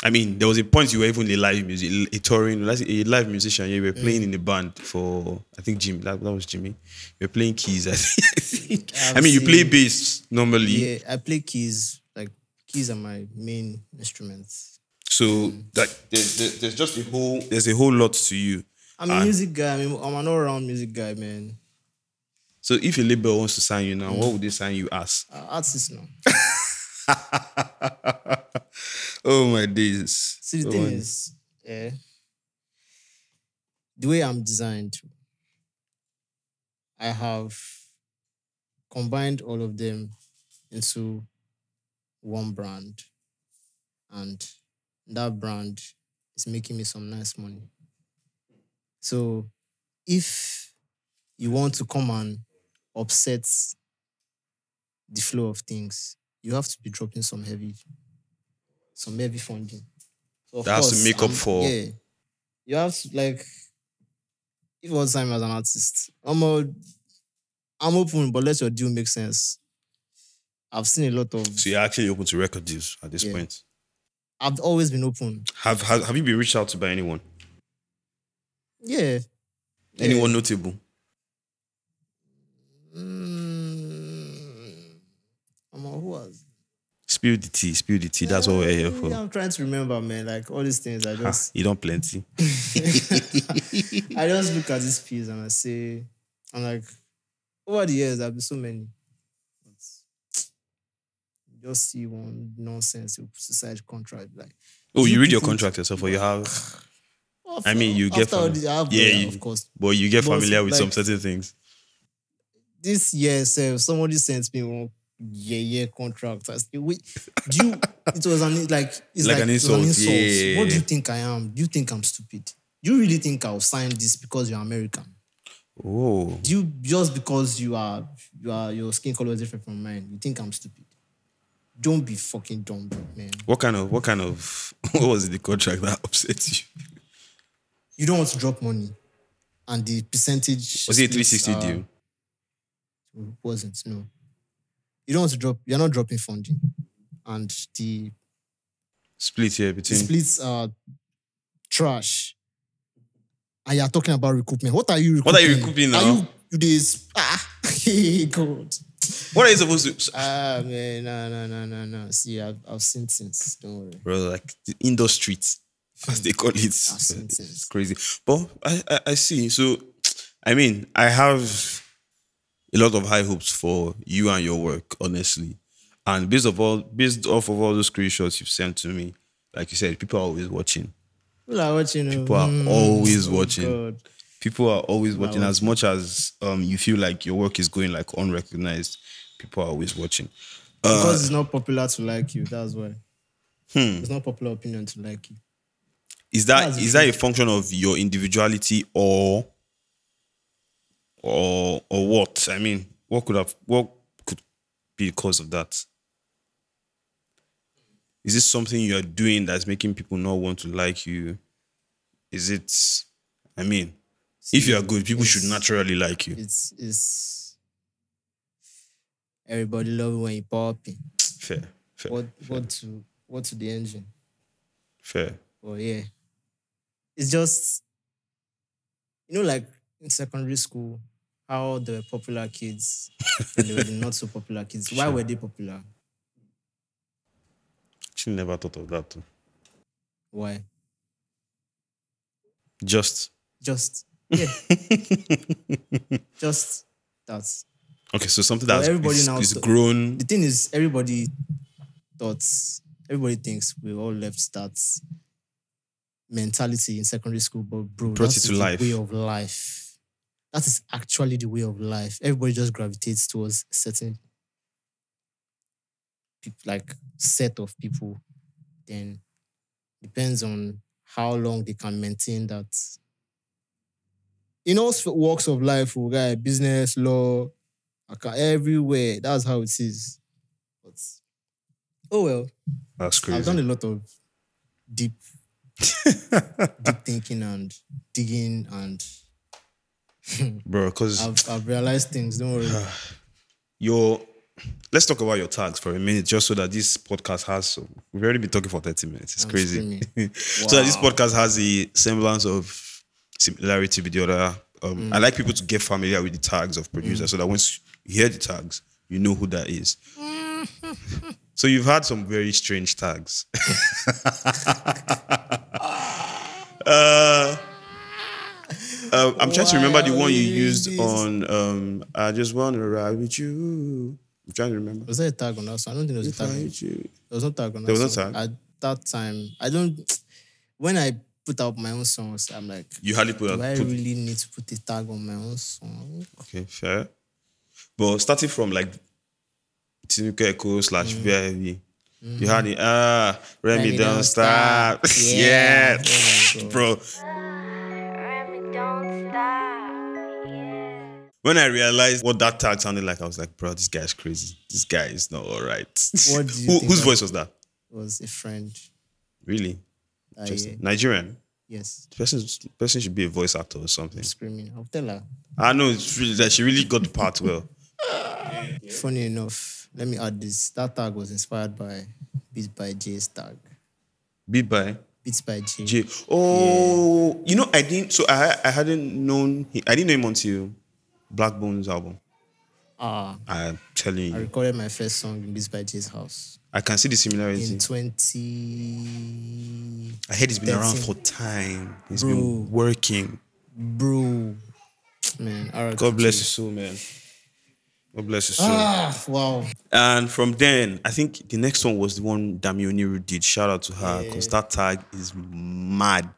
S2: I mean, there was a point you were even a live music, a touring, let's say a live musician. You were playing in a band for, I think Jimmy. That, that was Jimmy. You were playing keys. I think. I mean, you play
S3: Absolutely.
S2: bass normally,
S3: yeah. I play keys. Like keys are my main instruments.
S2: so like there's, Mm. there's there's just a whole there's a whole lot to you.
S3: I'm a music guy. I'm, a- I'm an all-round music guy, man.
S2: So if a label wants to sign you now, what would they sign you as?
S3: Uh, artist now.
S2: oh my days!
S3: See, the
S2: Oh,
S3: thing
S2: my-
S3: is, yeah, the way I'm designed, I have combined all of them into one brand, and that brand is making me some nice money. So if you want to come and upset the flow of things, you have to be dropping some heavy, some heavy funding. So of
S2: That has to make up
S3: I'm-
S2: for-
S3: Yeah, you have to like. If was time as an artist, I'm a, I'm open, but let your deal make sense. I've seen a lot of.
S2: So you're actually open to record deals at this
S3: Yeah.
S2: point.
S3: I've always been open.
S2: Have, have have you been reached out to by anyone?
S3: Yeah. Yeah.
S2: Anyone notable?
S3: Mm, I'm a- who was?
S2: Spill the tea, spill the tea. That's what we're here for.
S3: Yeah, I'm trying to remember, man. Like all these things, I
S2: Ah,
S3: just
S2: you don't plenty.
S3: I just look at this piece and I say, I'm like, over the years, I've been so many. But you just see one nonsense, you suicide contract. Like,
S2: Oh,
S3: Do
S2: you
S3: you
S2: read your
S3: people-
S2: contract yourself, or you have,
S3: after-
S2: I mean, you get
S3: after all
S2: fam-
S3: this, I have,
S2: Yeah,
S3: yeah,
S2: you-
S3: of course.
S2: but you get
S3: But,
S2: familiar with some
S3: like-
S2: certain things.
S3: This year, sir, somebody sent me one yeah yeah contract. I said, wait, do you? It was an like it's
S2: Like
S3: like,
S2: an
S3: it was
S2: insult,
S3: an insult.
S2: yeah.
S3: What do you think I am? Do you think I'm stupid? Do you really think I'll sign this because you're American?
S2: Oh,
S3: Do you just because you are you are your skin color is different from mine, you think I'm stupid? Don't be fucking dumb, man.
S2: what kind of what kind of what was it, the contract that upset you?
S3: You don't want to drop money, and the percentage
S2: Was it a
S3: splits
S2: 360
S3: are-
S2: deal?
S3: wasn't. No, you don't want to drop. You're not dropping funding, and the
S2: Split here
S3: the
S2: between
S3: splits are trash. And you're talking about recoupment. What are you? Recouping?
S2: What are you recouping
S3: Are
S2: now?
S3: you you this? Ah, God.
S2: What are you supposed to? uh,
S3: Ah man, no, no, no, no, no. See, I've, I've seen since. Don't worry.
S2: Bro, like the indoor streets, as they call it.
S3: sense.
S2: It's crazy. But I, I, I see. So, I mean, I have a lot of high hopes for you and your work, honestly. And based of all, based off of all those screenshots you've sent to me, like you said, people are always watching.
S3: People are watching. oh,
S2: People are always watching.
S3: Mm, God.
S2: People are always watching. As much as um, you feel like your work is going like unrecognized, people are always watching. Uh,
S3: Because it's not popular to like you. That's why.
S2: hmm.
S3: It's not popular opinion to like you.
S2: Is that
S3: That's
S2: is that a function of your individuality or or or what? I mean, what could have what could be the cause of that? Is this something you are doing that's making people not want to like you? Is it I mean, if you are good, people should
S3: it's-
S2: naturally like you.
S3: It's it's everybody love you when you popping.
S2: Fair, fair,
S3: What what to what to the engine?
S2: fair.
S3: But yeah, it's just you know like in secondary school how there were popular kids and there were the not so popular kids. Why were they popular?
S2: She never thought of that. Too.
S3: Why?
S2: Just
S3: Just yeah, just that.
S2: okay. So something
S3: Well,
S2: that's
S3: everybody
S2: is,
S3: now
S2: is
S3: th-
S2: grown.
S3: the thing is everybody thought everybody thinks we all left that mentality in secondary school but bro
S2: Brought
S3: that
S2: it
S3: is
S2: to
S3: the
S2: life.
S3: way of life that is actually the way of life everybody just gravitates towards certain peop- like set of people then depends on how long they can maintain that in all s- walks of life we got business law Aka everywhere. That's how it is. But oh well,
S2: That's
S3: I've done
S2: crazy.
S3: a lot of deep, deep thinking and digging, and
S2: Bro, because
S3: I've, I've realized things. Don't worry.
S2: your let's talk about your tags for a minute just so that this podcast has some, we've already been talking for 30 minutes it's
S3: I'm
S2: crazy
S3: screaming.
S2: so that this podcast has a semblance of similarity with the other um, i like people to get familiar with the tags of producers so that once you hear the tags you know who that is so you've had some very strange tags Uh, um, I'm trying to remember the
S3: Why are
S2: one you
S3: we doing
S2: used
S3: this?
S2: on. Um, I just want to ride with you. I'm trying to remember.
S3: Was there a tag on that song? I don't think there was a tag.
S2: Ride
S3: On,
S2: with you.
S3: there was no tag on that
S2: There was no
S3: song.
S2: tag?
S3: At that time, I don't. When I put out my own songs, I'm like,
S2: You hardly put,
S3: do I
S2: put
S3: really need to put a tag on my own song?
S2: Okay, fair. But starting from like Tinuke Echo slash VIV, you had the ah, Remy,
S3: Mm. Mm-hmm. Remy
S2: don't,
S3: don't
S2: stop.
S3: stop.
S2: yeah.
S3: Yeah. Oh my God.
S2: Bro,
S4: Remy, don't
S2: When I realized what that tag sounded like, I was like, bro, this guy's crazy. This guy is not all right.
S3: What do you
S2: Who,
S3: think
S2: whose
S3: that-
S2: voice was that?
S3: was a friend.
S2: Really?
S3: I,
S2: Interesting. Nigerian?
S3: yes,
S2: Person, person should be a voice actor or something.
S3: screaming. I'll tell her.
S2: I know it's really that she really got the part well.
S3: Funny enough, let me add this. That tag was inspired by Beats by J's tag.
S2: Beat by
S3: Beats by J.
S2: J. Oh, you know, I didn't. So I I hadn't known. He, I didn't know him until Black Bones album.
S3: Ah,
S2: I'm telling
S3: I
S2: you,
S3: recorded my first song in Beats by J's house
S2: I can see the
S3: in
S2: similarity.
S3: 20.
S2: I heard he's been around
S3: Thirteen.
S2: for time. He's
S3: Bro.
S2: been working.
S3: Bro, man. R.
S2: God bless you so, man. God bless you so.
S3: Ah, wow.
S2: And from then, I think the next one was the one Damioniru did. Shout out to her because that tag is mad.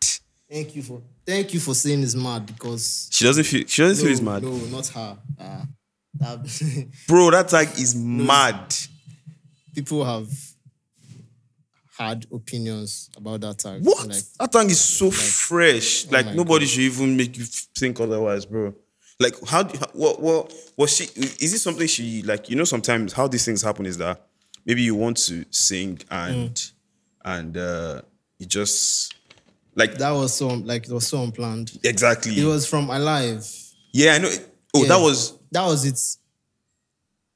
S3: Thank you for thank you for saying it's mad because
S2: She doesn't feel. She doesn't feel it's
S3: no,
S2: mad,
S3: no, not her. Ah, that,
S2: bro. That tag is mad.
S3: people have had opinions about that tag.
S2: What?
S3: Like, oh
S2: that thing is so fresh. Like
S3: my
S2: nobody should even make you f- think otherwise, bro. Like how? Do, how- what? What? Was she? Is it something she like? You know, sometimes how these things happen is that maybe you want to sing and
S3: Mm.
S2: and uh you just like
S3: that was so like it was so unplanned.
S2: exactly.
S3: It was from Alive.
S2: yeah, I know. Oh,
S3: Yeah.
S2: that was
S3: That was its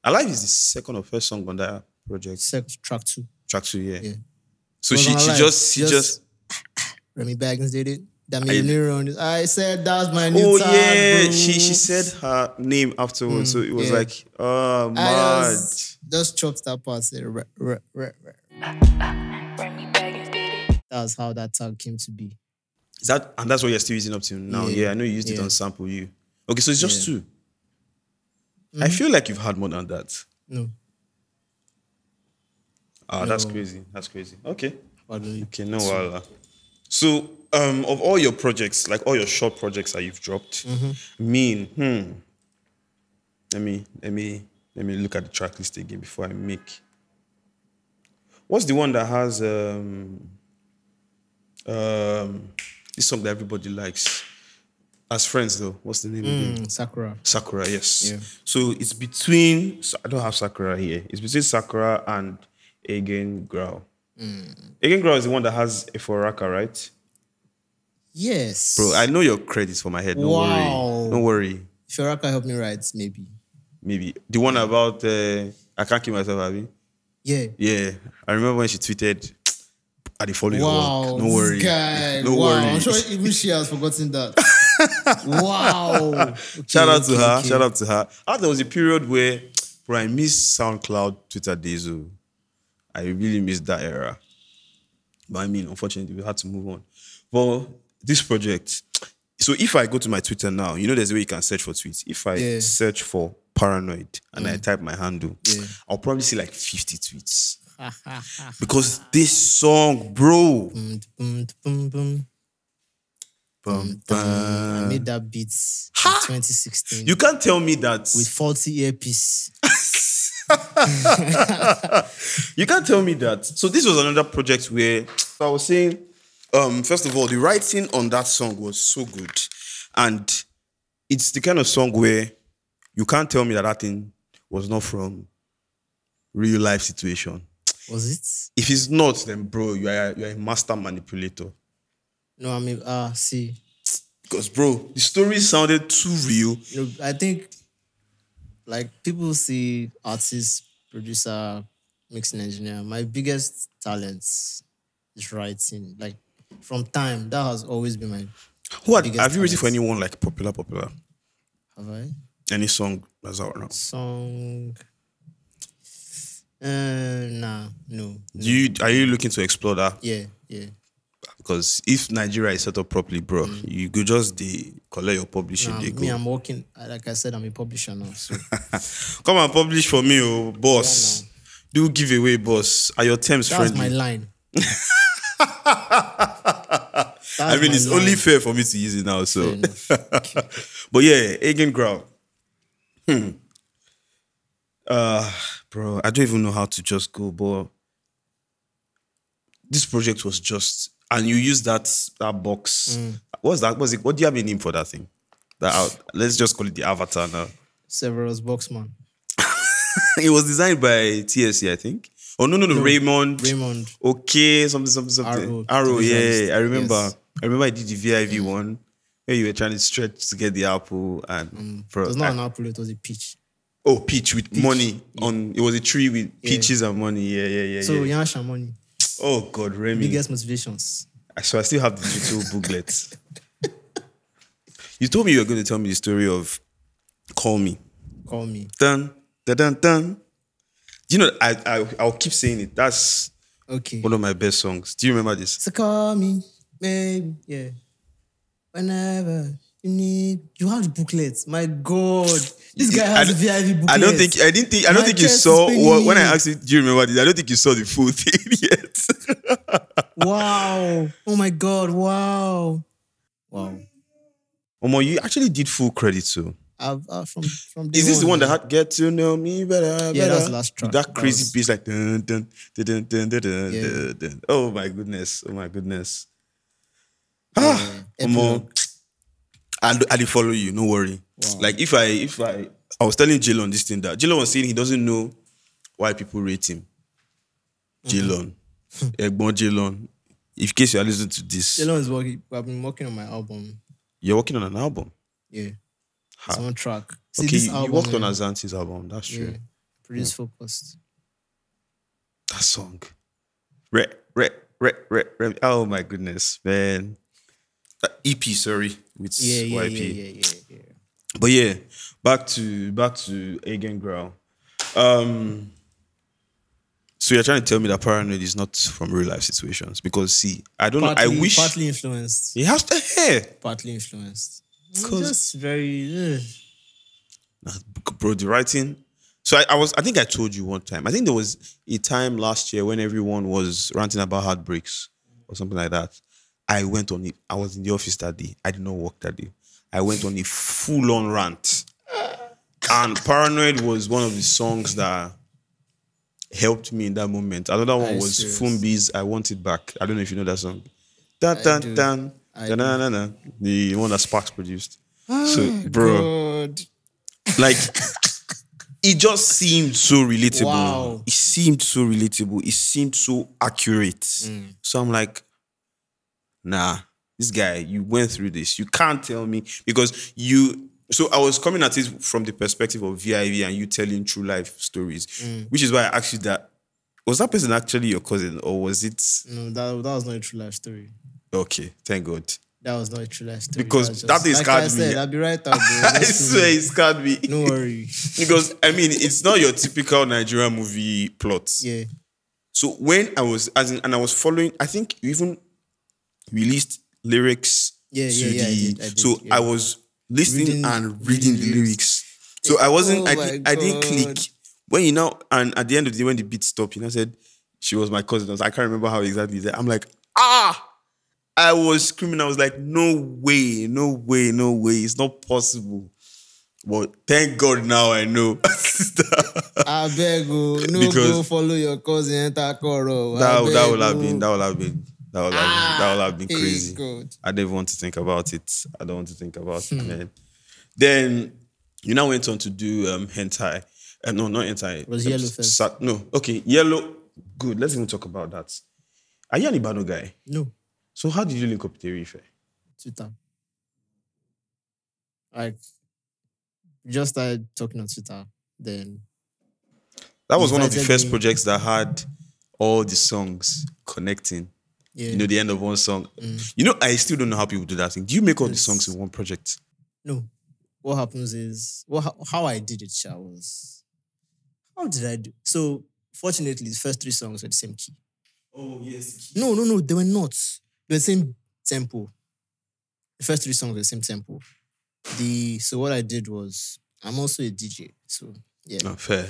S2: Alive is the second or first song on that project
S3: sec track two.
S2: track two. Yeah.
S3: Yeah.
S2: So
S3: It was
S2: she
S3: on
S2: she
S3: Alive.
S2: just she
S3: Just-
S2: just.
S3: Remy Baggins did it. Damian
S2: I-
S3: Neuron. I said that's my new
S2: Oh
S3: tag,
S2: yeah,
S3: bro. Mm,
S2: she she said her name afterwards, so it was
S3: yeah.
S2: like, oh
S3: I
S2: mad.
S3: just, just chopped that part. Said, re, re, re, re.
S4: Remy Baggins did it.
S3: That's how that tag came to be.
S2: Is that and that's what you're still using up to now? Yeah,
S3: Yeah.
S2: I know you used it
S3: Yeah.
S2: on sample you. Okay, so it's just 2 I feel like you've had more than that.
S3: Mm-hmm. No,
S2: Ah, that's
S3: No.
S2: crazy. That's crazy. Okay.
S3: pardon.
S2: Okay, no wala. So um of all your projects, like all your short projects that you've dropped, mean, hmm. Let me let me let me look at the track list again before I make. What's the one that has um um this song that everybody likes? As friends though, what's the name again?
S3: Mm, Sakura.
S2: Sakura, yes.
S3: Yeah.
S2: So it's between so I don't have Sakura here. It's between Sakura and Egen Grau. Hmm. Egen Grau is the one that has Eforaka, right?
S3: Yes,
S2: Bro, I know your credits for my head. Don't
S3: Wow.
S2: worry. Don't worry.
S3: Shoraka helped me write. Maybe.
S2: Maybe the one about uh, I can't kill myself, Abby.
S3: Yeah.
S2: Yeah, I remember when she tweeted. I did follow your
S3: Wow.
S2: work. No worry.
S3: This guy.
S2: No
S3: wow.
S2: worry.
S3: I'm sure even she has forgotten that. wow.
S2: Shout out to
S3: Okay,
S2: her.
S3: okay,
S2: Shout
S3: okay.
S2: out to her. Ah, there was a period where, bro, I miss SoundCloud, Twitter days. oh. I really miss that era. But I mean, unfortunately, we had to move on. But this project, so if I go to my Twitter now, you know, there's a way you can search for tweets. If I
S3: Yeah.
S2: search for paranoid and I type my handle, I'll probably see like 50 tweets. because this song, bro.
S3: Boom, boom, boom, boom.
S2: Bum,
S3: I
S2: bum.
S3: made that beat
S2: Ha!
S3: in 2016
S2: You can't tell me that.
S3: with faulty earpiece.
S2: You can't tell me that. So this was another project where I was saying, um, first of all, the writing on that song was so good, and it's the kind of song where you can't tell me that that thing was not from real life situation.
S3: Was it?
S2: If it's not, then bro, you are you are a master manipulator.
S3: No, I mean, ah, see.
S2: Because bro, the story sounded too real.
S3: You know, I think, like, people see artist, producer, mixing engineer. My biggest talent is writing. Like, from time, that has always been my.
S2: Who had,
S3: Biggest
S2: have you written for
S3: talent.
S2: anyone like popular, popular?
S3: Have I?
S2: Any song that's out now?
S3: song. Uh, nah, no.
S2: Do you are you looking to explore that?
S3: Yeah, yeah.
S2: Because if Nigeria is set up properly, bro, you go just the collect your publishing.
S3: Um,
S2: they
S3: Mm. me,
S2: go.
S3: I'm working. uh, Like I said, I'm a publisher now. So
S2: Come and publish for me, oh, boss. Do giveaway, boss. Are your terms
S3: that's my
S2: friendly?
S3: line.
S2: I mean, it's only fair for me to use it now. So, but yeah, Agen Grau. Hmm. Uh, bro, I don't even know how to just go, but this project was just, and you use that that Mm. box. What's that? What's it? What do you have a name for that thing? That out, let's just call it the avatar now.
S3: Severus Boxman.
S2: it was designed by TSC, I think. Oh no, no, no, Raymond.
S3: Raymond.
S2: Okay, something, something, something.
S3: Arrow
S2: Arrow, yeah,
S3: Divisionist.
S2: yeah, I remember.
S3: Yes.
S2: I remember I did the VIV one where you were trying to stretch to get the apple and bro,
S3: It was Mm. not
S2: I-
S3: an apple, it was a peach.
S2: oh peach with money on. It was a tree with peaches and money. Yeah, yeah, yeah.
S3: So
S2: yeah.
S3: Yan Shamoni,
S2: Oh God, Remy.
S3: biggest motivations.
S2: So I still have the little booklet. You told me you were going to tell me the story of "Call Me."
S3: Call me.
S2: Dun dun dun dun. You know, I I I'll keep saying it. That's
S3: Okay.
S2: one of my best songs. Do you remember this?
S3: So call me, baby. Yeah. Whenever you need, you have the booklets. My God, this guy
S2: I
S3: has a
S2: don't-
S3: VIP booklet.
S2: I don't think uh, I didn't think I don't
S3: My
S2: think you
S3: chest is
S2: saw what, when I
S3: spinning.
S2: asked you, do you remember this? I don't think you saw the full thing yet.
S3: Wow. Oh my God. Wow. Wow.
S2: Omo, you actually did full credit too.
S3: I've, uh, from from day
S2: Is this the one that
S3: man.
S2: had get to know me better?
S3: Yeah,
S2: better?
S3: that's the last track.
S2: That
S3: That
S2: crazy
S3: was-
S2: beats like dun dun dun dun dun dun dun,
S3: Yeah.
S2: dun, dun. Oh my goodness. Oh my goodness.
S3: Yeah,
S2: Omo, I'll, I'll follow you. No worry. Like if I if I I was telling Jalen this thing that Jalen was saying he doesn't know why people rate him.
S3: Mm-hmm.
S2: Jalen, Egbon Jalen. If case you are listening to this,
S3: Jelon is working. I've been working on my album.
S2: you're working on an album.
S3: Yeah.
S2: Ha.
S3: It's on track. See,
S2: Okay,
S3: this
S2: you, you
S3: album,
S2: worked on
S3: man,
S2: Azanti's album. That's true.
S3: Yeah. Produce focused.
S2: That song. Re, re, re, re, re. Oh my goodness, man. Uh, EP, sorry, with
S3: Yeah, yeah,
S2: YP.
S3: yeah, yeah, yeah, yeah.
S2: But yeah, back to back to Egan Growl. Um so you're trying to tell me that paranoid is not from real life situations because see, I don't
S3: Partly,
S2: know. I wish
S3: partly influenced.
S2: it has to hair.
S3: Partly influenced. It's
S2: 'Cause-
S3: just very. eh. ugh.
S2: bro, the writing. So I, I was, I think I told you one time. I think there was a time last year when everyone was ranting about heartbreaks or something like that. I went on it. I was in the office that day. I did not work that day. I went on a full on rant. And Paranoid was one of the songs that helped me in that moment. Another one
S3: you
S2: was
S3: serious?
S2: Fumbi's I Want It Back. I don't know if you know that song. Dun, dun,
S3: do.
S2: dun,
S3: I
S2: dun,
S3: do. Ah,
S2: dun, dun, dun. The one that Sparks produced. So, bro.
S3: God.
S2: Like it just seemed so relatable.
S3: Wow.
S2: It seemed so relatable. It seemed so accurate.
S3: Mm.
S2: So I'm like, nah, this guy, you went through this. You can't tell me because you so I was coming at it from the perspective of VIV and you telling true life stories,
S3: Mm.
S2: which is why I asked you that. Was that person actually your cousin or was it
S3: No, that, that was not a true life story.
S2: okay? Thank God.
S3: That was not a true life story.
S2: Because
S3: was
S2: that is
S3: like I
S2: scared me.
S3: said, I'll be right out, bro.
S2: I
S3: Just
S2: swear it scared me.
S3: Mm. No worry.
S2: because I mean it's not your typical Nigerian movie plot.
S3: Yeah.
S2: So when I was as in, and I was following, I think you even released lyrics.
S3: Yeah,
S2: to
S3: yeah, yeah, I
S2: the-
S3: did, I did,
S2: so
S3: yeah.
S2: I was listening
S3: Reading-
S2: and reading
S3: reading
S2: the
S3: lyrics.
S2: lyrics. So I wasn't. I,
S3: Oh
S2: di-
S3: my
S2: I didn't click.
S3: God.
S2: When you know, and at the end of the day, when the beat stopped, you know, I said she was my cousin. I, was, I can't remember how exactly. That. I'm like, ah. I was screaming. I was like, no way, no way, no way. It's not possible. Well, thank God now I know.
S3: I beg you, no
S2: Because-
S3: go follow your cousin enter Koro.
S2: that, would- that would have been that would have been that would have, been, that would have been
S3: Ah,
S2: crazy.
S3: oh. hey God.
S2: I don't even want to think about it. I don't want to think about
S3: Hmm.
S2: it, man. Then you now went on to do um hentai. Uh, no, not hentai. It
S3: was Yellow first.
S2: no, okay, yellow. Good. Let's even talk about that. Are you an Ibano guy?
S3: No,
S2: So how did you link up with Terife?
S3: Twitter. Like, we just started talking on Twitter. Then
S2: That was one of the
S3: Invited
S2: first
S3: me.
S2: projects that had all the songs connecting.
S3: yeah,
S2: You know, the end of one song.
S3: Mm.
S2: You know, I still don't know how people do that thing. Do you make all the songs in one project?
S3: no. What happens is well, how, how I did it sha, was how did I do? So fortunately, the first three songs were the same key.
S2: Oh yes.
S3: No, no, no, they were not. They were same tempo. The first three songs were the same tempo. The so what I did was I'm also a DJ, so yeah.
S2: Not fair.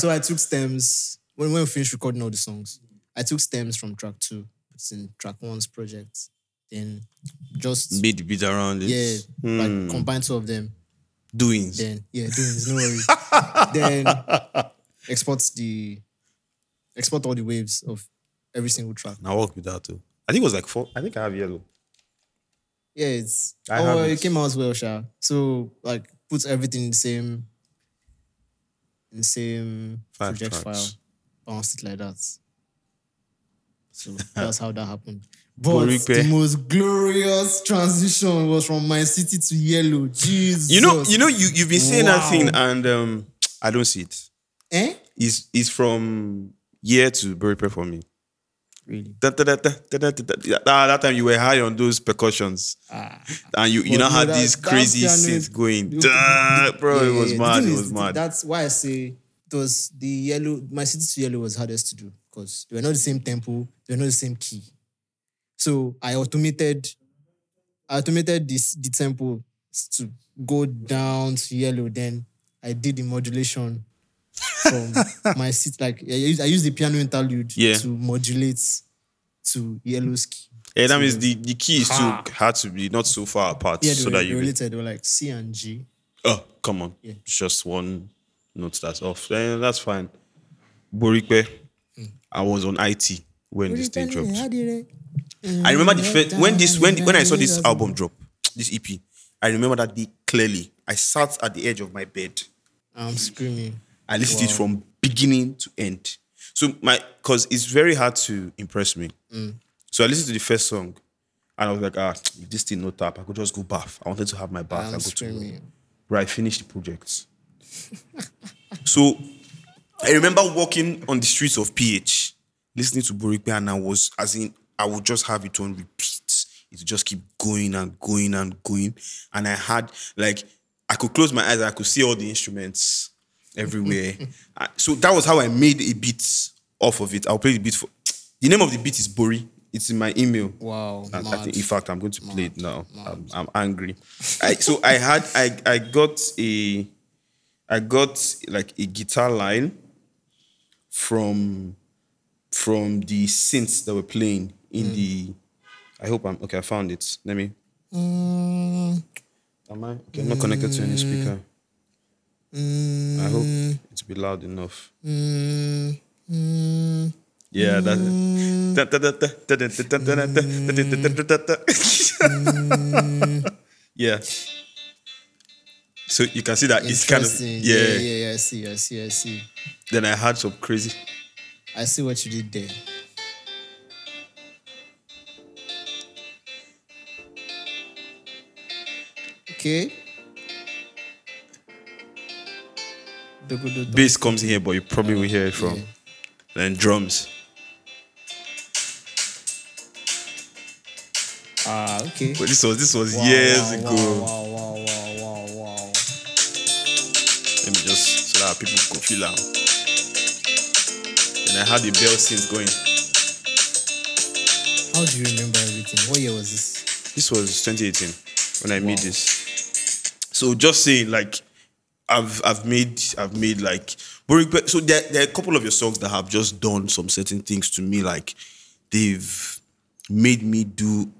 S3: so I took stems when when we finished recording all the songs. I took stems from track two, it's in track one's project, then just
S2: Made the beat around it.
S3: yeah,
S2: Hmm.
S3: like combine two of them.
S2: doings.
S3: Then yeah, doings no worries. then export the export all the waves of every single track.
S2: And I work with that too. I think it was like four. I think I have yellow.
S3: Yeah, it's
S2: I
S3: oh
S2: have
S3: well,
S2: it.
S3: it came out well, Sha. So like put everything in the same in the same
S2: Five
S3: project
S2: tracks.
S3: file, bounced it like that. So that's how that happened. But
S2: Boripe.
S3: the most glorious transition was from my city to yellow. Jesus.
S2: You know, you know, you you've been saying that
S3: Wow.
S2: thing, and um, I don't see it.
S3: eh?
S2: It's it's from year to very prep for me.
S3: Really?
S2: Da, da, da, da, da, da, da, da. Ah, that time you were high on those percussions,
S3: Ah.
S2: and you you
S3: But
S2: now
S3: no,
S2: had
S3: that-
S2: this
S3: that
S2: crazy
S3: piano is-
S2: synth going.
S3: you-
S2: Da, bro,
S3: Yeah,
S2: it was
S3: yeah, the
S2: mad.
S3: thing
S2: It
S3: is,
S2: was mad.
S3: That's why I say it was the yellow. My city to yellow was hardest to do because they were not the same tempo, they were not the same key. So I automated, I automated this the tempo s- to go down to yellow. Then I did the modulation from my seat. Like I used, I used the piano interlude
S2: Yeah.
S3: to modulate to yellow's key.
S2: Yeah, that means the, the key is too hard to be not so far apart
S3: Yeah, they
S2: so
S3: were
S2: that
S3: they
S2: you
S3: were
S2: can-
S3: related. They were like C and G.
S2: oh come on.
S3: Yeah.
S2: It's Just one note that's off. Eh, that's fine. Borikpe, I was on IT when this thing dropped. I remember the first when this when when I saw this album drop, this EP, I remember that day clearly. I sat at the edge of my bed.
S3: I'm screaming.
S2: I listened to it from beginning to end. So my cause it's very hard to impress me. So I listened to the first song and I was like, ah, if this thing no tap, I could just go bath. I wanted to have my bath. I
S3: I'm
S2: go to work.
S3: screaming.
S2: Bro, I finished the project. so I remember walking on the streets of PH, listening to Borikpe, and I was as in I would just have it on repeat. It would just keep going and going and going. And I had like I could close my eyes, I could see all the instruments everywhere. I- so that was how I made a beat off of it. I'll play the beat for the name of the beat is Bori. It's in my email.
S3: Wow,
S2: And I
S3: mad.
S2: think, in fact, I'm going to play it now. I'm, I'm angry. I, so I had I I got a I got like a guitar line from from the synths that were playing in the. I hope I'm okay. I found it. Let me. Am I? Okay, I'm not connected to any speaker.
S3: Mm.
S2: I hope it'll be loud enough.
S3: Mm.
S2: Yeah, that's
S3: Mm.
S2: it. yeah. So you can see that it's kind of
S3: Interesting.
S2: yeah.
S3: yeah, yeah, yeah. I see, I see, I see.
S2: Then I had some crazy.
S3: I see what you did there. Okay. Dogododo.
S2: Bass comes in here, but you probably will hear it from. Then drums.
S3: Ah, okay.
S2: But this was this was
S3: Wow,
S2: years
S3: wow,
S2: ago.
S3: Wow, wow, wow, wow, wow, wow.
S2: Let me just so that people could feel am. Then I had the bell synth going.
S3: How do you remember everything? What year was this?
S2: This was 2018 when I made this. So just saying, like, I've I've made I've made like Borikpe- so there, there are a couple of your songs that have just done some certain things to me, like they've made me do.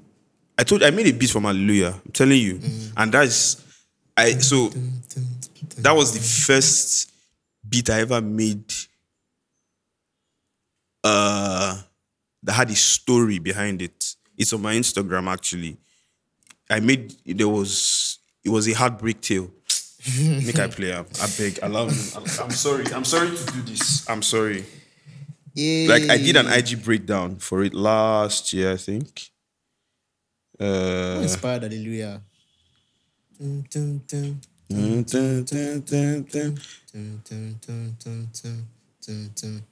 S2: I told I made a beat from Hallelujah. I'm telling you, and that's I so that was the first beat I ever made. Uh, that had a story behind it. It's on my Instagram actually. I made there was it was a heartbreak tale. Make I play am. I beg. I love. I'm sorry. I'm sorry to do this. I'm sorry.
S3: Yeah.
S2: Like I did an IG breakdown for it last year, I think. Uh,
S3: Inspired Hallelujah. Dun, dun, dun, dun, dun, dun, dun, dun, dun, dun.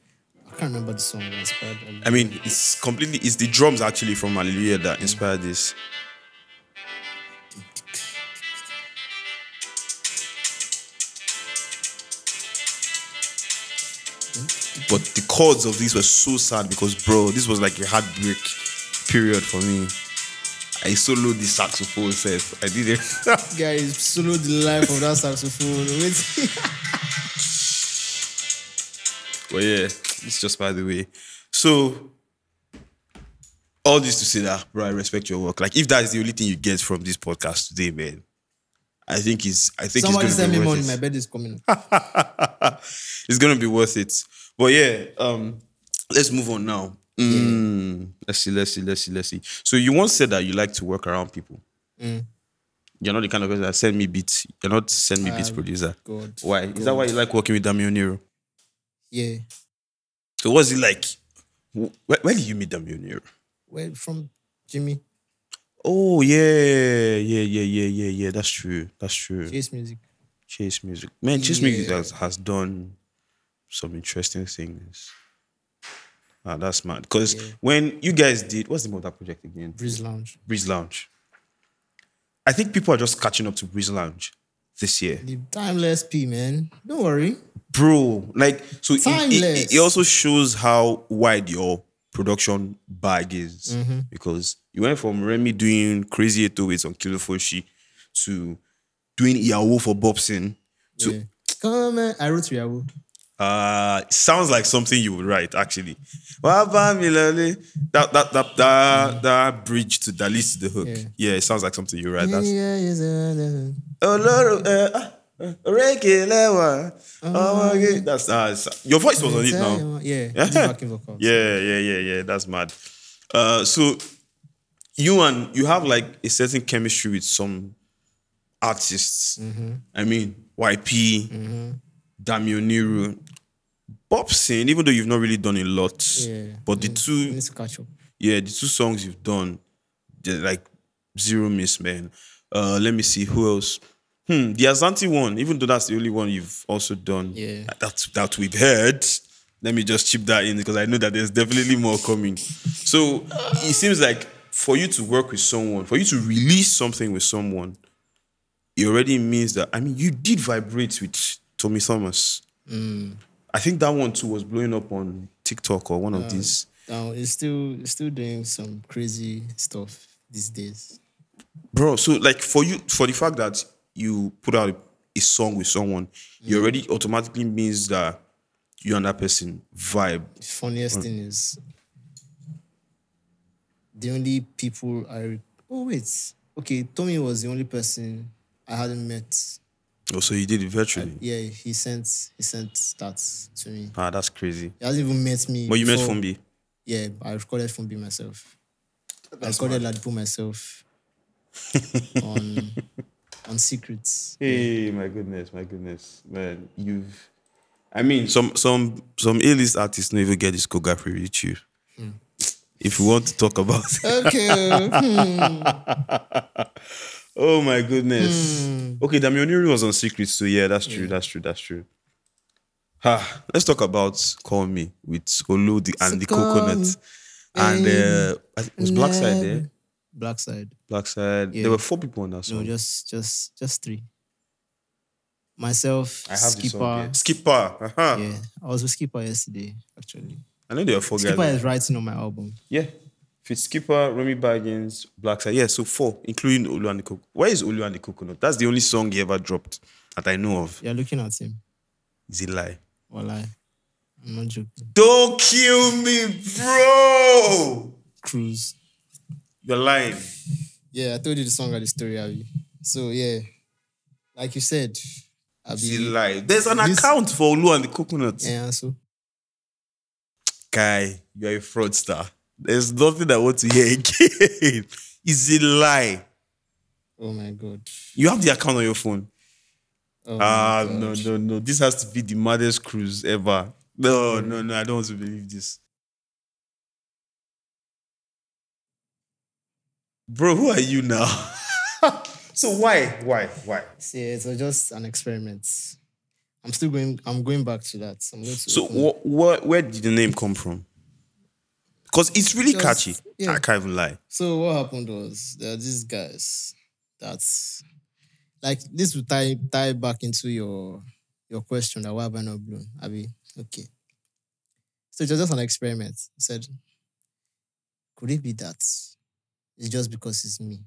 S3: I can't remember the song. but Inspired Hallelujah.
S2: I mean, it's completely. It's the drums actually from Hallelujah that inspired this. But the chords of this were so sad because, bro, this was like a heartbreak period for me. I soloed the saxophone set. I did it.
S3: Guy is solo the life of that saxophone. Wait.
S2: But yeah, it's just by the way. So all this to say that, bro, I respect your work. Like if that is the only thing you get from this podcast today, man, I think it's I think
S3: Somebody
S2: it's gonna
S3: send
S2: be
S3: me
S2: worth
S3: money.
S2: it.
S3: My bed is coming.
S2: it's gonna be worth it. But yeah, um, let's move on now. Mm, Let's see, let's see, let's see, let's see. So you once said that you like to work around people. You're not the kind of person that send me beats. You're not send me beats
S3: Ah,
S2: producer.
S3: God.
S2: Why? Is that why you like working with Damio Nero?
S3: Yeah.
S2: So what's it like? Wh- Where, where did you meet Damio Nero?
S3: Well, from Jimmy,
S2: Oh yeah, yeah, yeah, yeah, yeah, yeah. That's true. That's true. Chase,
S3: Chase Music.
S2: music, man. Chase music
S3: Yeah.
S2: has, has done some interesting things. Ah, that's mad. Because
S3: Yeah.
S2: when you guys did, what's the name of that project again?
S3: Breeze Lounge.
S2: Breeze Lounge. I think people are just catching up to Breeze Lounge this year,
S3: The Timeless P, man. Don't worry.
S2: bro. Like, so it, it- it,
S3: Timeless.
S2: it also shows how wide your production bag is
S3: Mm-hmm.
S2: because you went from Remy doing crazy 808s on Kilofoshi to doing Yahoo for Bobson. To
S3: Yeah. Come on, I wrote Riabu.
S2: uh, it sounds like something you would write actually. Wabamilele. That that that that, that bridge to that leads to the hook.
S3: Yeah.
S2: Yeah. it sounds like something you write. That's
S3: Yeah, yes, uh, uh,
S2: Oh Lord, uh, ah, uh, regular. Oh my God, that's uh, your voice was on it now.
S3: Yeah, Uh-huh. it's uh, backing vocals.
S2: Yeah, yeah, yeah, yeah. That's mad. Uh, so you and you have like a certain chemistry with some artists.
S3: Mm-hmm.
S2: I mean, YP, Damio Niru, Bobson. Even though you've not really done a lot,
S3: Yeah.
S2: but the
S3: We
S2: two
S3: need to catch up.
S2: yeah, the two songs you've done, they're like zero miss, man. Uh, let me see who else. Hmm, the Asante one, even though that's the only one you've also done.
S3: Yeah.
S2: that that we've heard. Let me just chip that in because I know that there's definitely more coming. So it seems like for you to work with someone, for you to release something with someone, it already means that. I mean, you did vibrate with Tommy Thomas. I think that one too was blowing up on TikTok or one of these.
S3: Now it's still it's still doing some crazy stuff these days.
S2: bro so like for you for the fact that you put out a, a song with someone you already automatically means that you and that person vibe
S3: The
S2: Hmm.
S3: funniest thing is the only people I oh wait okay Tommy was the only person I hadn't met.
S2: oh so you did it virtually
S3: Yeah, he sent he sent that to me.
S2: ah that's crazy
S3: He hasn't even met me.
S2: but you met
S3: before.
S2: Fumbi
S3: Yeah, I recorded from B myself. I recorded Ladipo myself on on secrets.
S2: hey my goodness my goodness man you've I mean some some some A-list artists don't even get discography with you if you want to talk about
S3: Okay.
S2: Oh my goodness.
S3: Hmm.
S2: Okay, Damianuri was on Secrets, so yeah, that's true, that's true, that's true. Ha, let's talk about Call Me with Olu the, and the
S3: call me. Um,
S2: Coconut. And uh, I think it was Blackside eh?
S3: Never-
S2: there.
S3: Black side.
S2: Blackside.
S3: Yeah.
S2: There were four people on that
S3: No,
S2: song.
S3: just just just three. Myself,
S2: I have the
S3: Skipper.
S2: song here. Skipper. Uh-huh.
S3: yeah. I was with Skipper yesterday, actually.
S2: I know there were four
S3: Skipper
S2: guys.
S3: is writing on my album.
S2: Yeah. Fitz Skipper, Remy Baggins, Blackside. Yeah, so four, including Olu and the Coconut. Where is Olu and the Coconut? That's the only song he ever dropped that I know of.
S3: You're looking at him.
S2: It's a lie.
S3: Well, I, I'm not joking.
S2: Don't kill me, bro.
S3: Cruise.
S2: You're lying.
S3: Yeah, I told you the song at the story, Abby. So yeah, like you said,
S2: She
S3: Abby.
S2: lied. There's an
S3: This-
S2: account for Olu and the coconuts.
S3: Yeah, so
S2: Guy, you're a fraudster. There's nothing I want to hear again. It's a lie.
S3: oh my god.
S2: You have the account on your phone.
S3: Oh my
S2: Ah,
S3: God.
S2: no, no, no. This has to be the maddest cruise ever. No,
S3: Mm.
S2: no, no. I don't want to believe this. Bro, who are you now? so why? Why? Why?
S3: See, it was just an experiment. I'm still going. I'm going back to that. I'm going to
S2: So
S3: open-
S2: wh- wh- where did the name come from? Because it's really
S3: Just-
S2: catchy.
S3: yeah.
S2: I can't even lie.
S3: So what happened was there are these guys that's like this will tie tie back into your your question that why have I not blown? Abi, okay. So it was just an experiment. I said, could it be that it's just because it's me?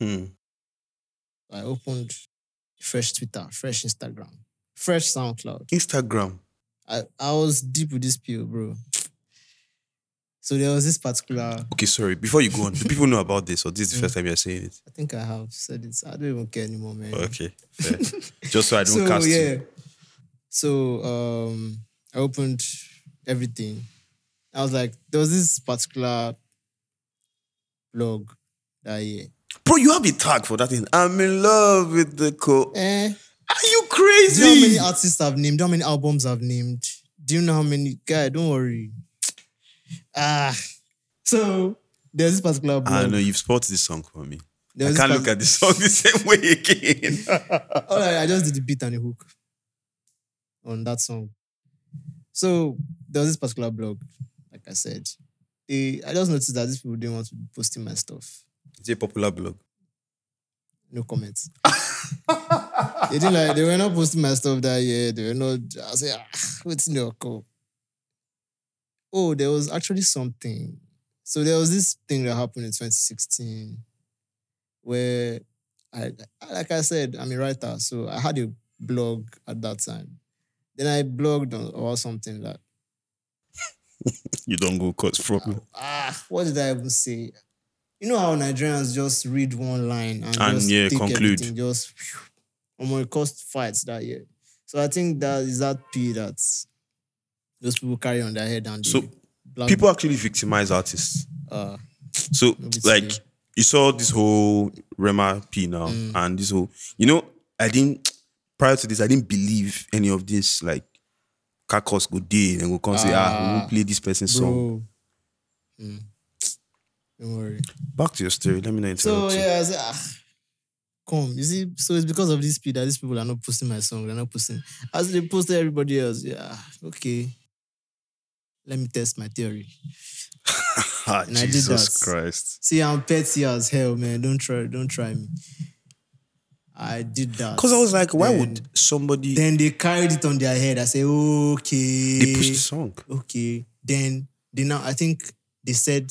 S2: Hmm.
S3: I opened fresh Twitter, fresh Instagram, fresh SoundCloud.
S2: Instagram.
S3: I, I was deep with this pill, bro. So there was this particular
S2: Okay, sorry. Before you go on, do people know about this or this is
S3: Mm.
S2: the first time you're saying it?
S3: I think I have said it. I don't even care anymore, man.
S2: Okay, fair. Just so I don't
S3: so
S2: cast
S3: yeah.
S2: you.
S3: So um, I opened everything. I was like, there was this particular blog that I
S2: Bro, you have a tag for that thing. I'm in love with the co.
S3: Eh.
S2: Are you
S3: Do you know how many
S2: crazy?
S3: artists I've named? Do you know how many albums I've named? Do you know how many? Guy, don't worry. Ah. So there's this particular
S2: Ah, I
S3: blog.
S2: know you've spotted this song for me.
S3: There
S2: I
S3: was
S2: can't
S3: this
S2: look at this song the same way again.
S3: All right, I just did the beat and the hook on that song. So there was this particular blog, like I said. They, I just noticed that these people didn't want to be posting my stuff.
S2: it's a popular blog.
S3: No comments. they didn't like. They were not posting my stuff that year. They were not. I said, ah, what's in your call? Oh, there was actually something. So there was this thing that happened in 2016, where I, I- like I said, I'm a writer, so I had a blog at that time. Then I blogged on, or something like,
S2: You don't go cause problem.
S3: ah, what did I even say? You know how Nigerians just read one line and,
S2: And,
S3: just
S2: yeah,
S3: take
S2: conclude.
S3: everything, just phew, it cost fights that year. So I think that is that P that those people carry on their head and they
S2: So,
S3: black-
S2: People actually victimize artists.
S3: uh,
S2: So
S3: Maybe it's
S2: like
S3: you.
S2: you saw this whole Rema P now
S3: Mm.
S2: and this whole you know, I didn't prior to this, I didn't believe any of this like Kakos go day and go come say, ah, we will play this person's song.
S3: bro. Mm. Don't worry.
S2: Back to your story. Let me not
S3: So
S2: interrupt you.
S3: yeah, I said, ah, come. You see, so it's because of this speed that these people are not posting my song. They're not posting. As they posted everybody else, yeah, okay. Let me test my theory.
S2: Ah,
S3: and I did
S2: Jesus
S3: that.
S2: Christ.
S3: See, I'm petty as hell, man. Don't try, don't try me. I did that.
S2: Because I was like, why
S3: Then-
S2: would somebody
S3: Then they carried it on their head. I said, okay.
S2: they push the song?
S3: okay. Then they now I think they said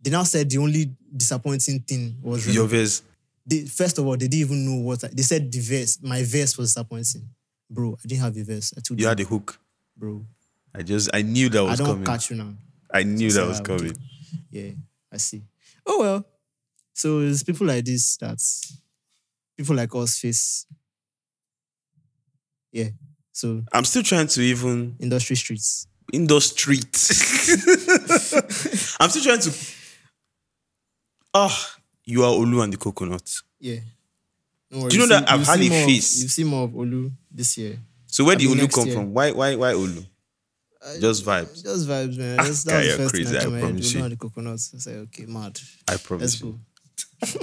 S3: they now said the only disappointing thing was
S2: Your
S3: Rema.
S2: verse.
S3: They, first of all, they didn't even know what I, they said. The verse, my verse was disappointing, bro. I didn't have a verse. I took
S2: You
S3: the-
S2: had the hook.
S3: bro.
S2: I just I knew that
S3: I
S2: was
S3: don't
S2: coming.
S3: catch you now.
S2: I knew
S3: So
S2: that was
S3: I would do-
S2: coming.
S3: Yeah, I see. Oh well. So it's people like this that people like us face. Yeah. So
S2: I'm still trying to even
S3: industry streets.
S2: in those streets. I'm still trying to. Ah, you are Olu and the coconut.
S3: Yeah. No
S2: Do you
S3: worries.
S2: know
S3: You've
S2: that I've
S3: you've
S2: had
S3: seen
S2: a
S3: more of-
S2: face?
S3: You've seen more of Olu this year.
S2: So where
S3: I
S2: did
S3: mean,
S2: Olu
S3: next
S2: come
S3: year.
S2: from? Why why why Olu? Just vibes.
S3: Just vibes, man.
S2: Ah,
S3: That's,
S2: guy,
S3: that was
S2: you're
S3: the first
S2: crazy,
S3: thing
S2: I
S3: that came to my head.
S2: promise
S3: We
S2: you.
S3: know the coconuts. I said, okay, mad.
S2: I
S3: Let's
S2: promise. you.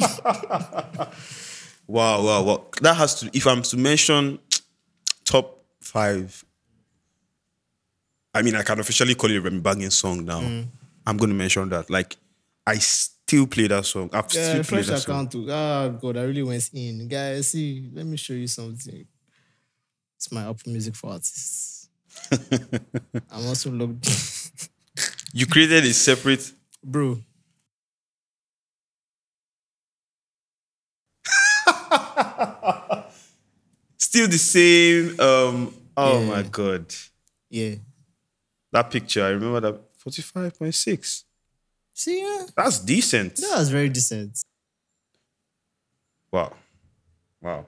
S3: go.
S2: Wow, wow, wow. That has to. If I'm to mention top five, I mean, I can officially call it a Remy Baggins song now.
S3: Mm.
S2: I'm going to mention that. Like, I still play that song. I've
S3: Yeah,
S2: still played
S3: Uh, fresh
S2: that song.
S3: account too. Ah, God, I really went in. Guys, see, let me show you something. It's my Apple Music for Artists. I'm also logged.
S2: You created a separate.
S3: Bro.
S2: still the same. Um, oh
S3: Yeah.
S2: my god,
S3: Yeah.
S2: that picture! I remember that forty-five point six.
S3: See, yeah.
S2: That's decent.
S3: That was very decent.
S2: Wow, wow.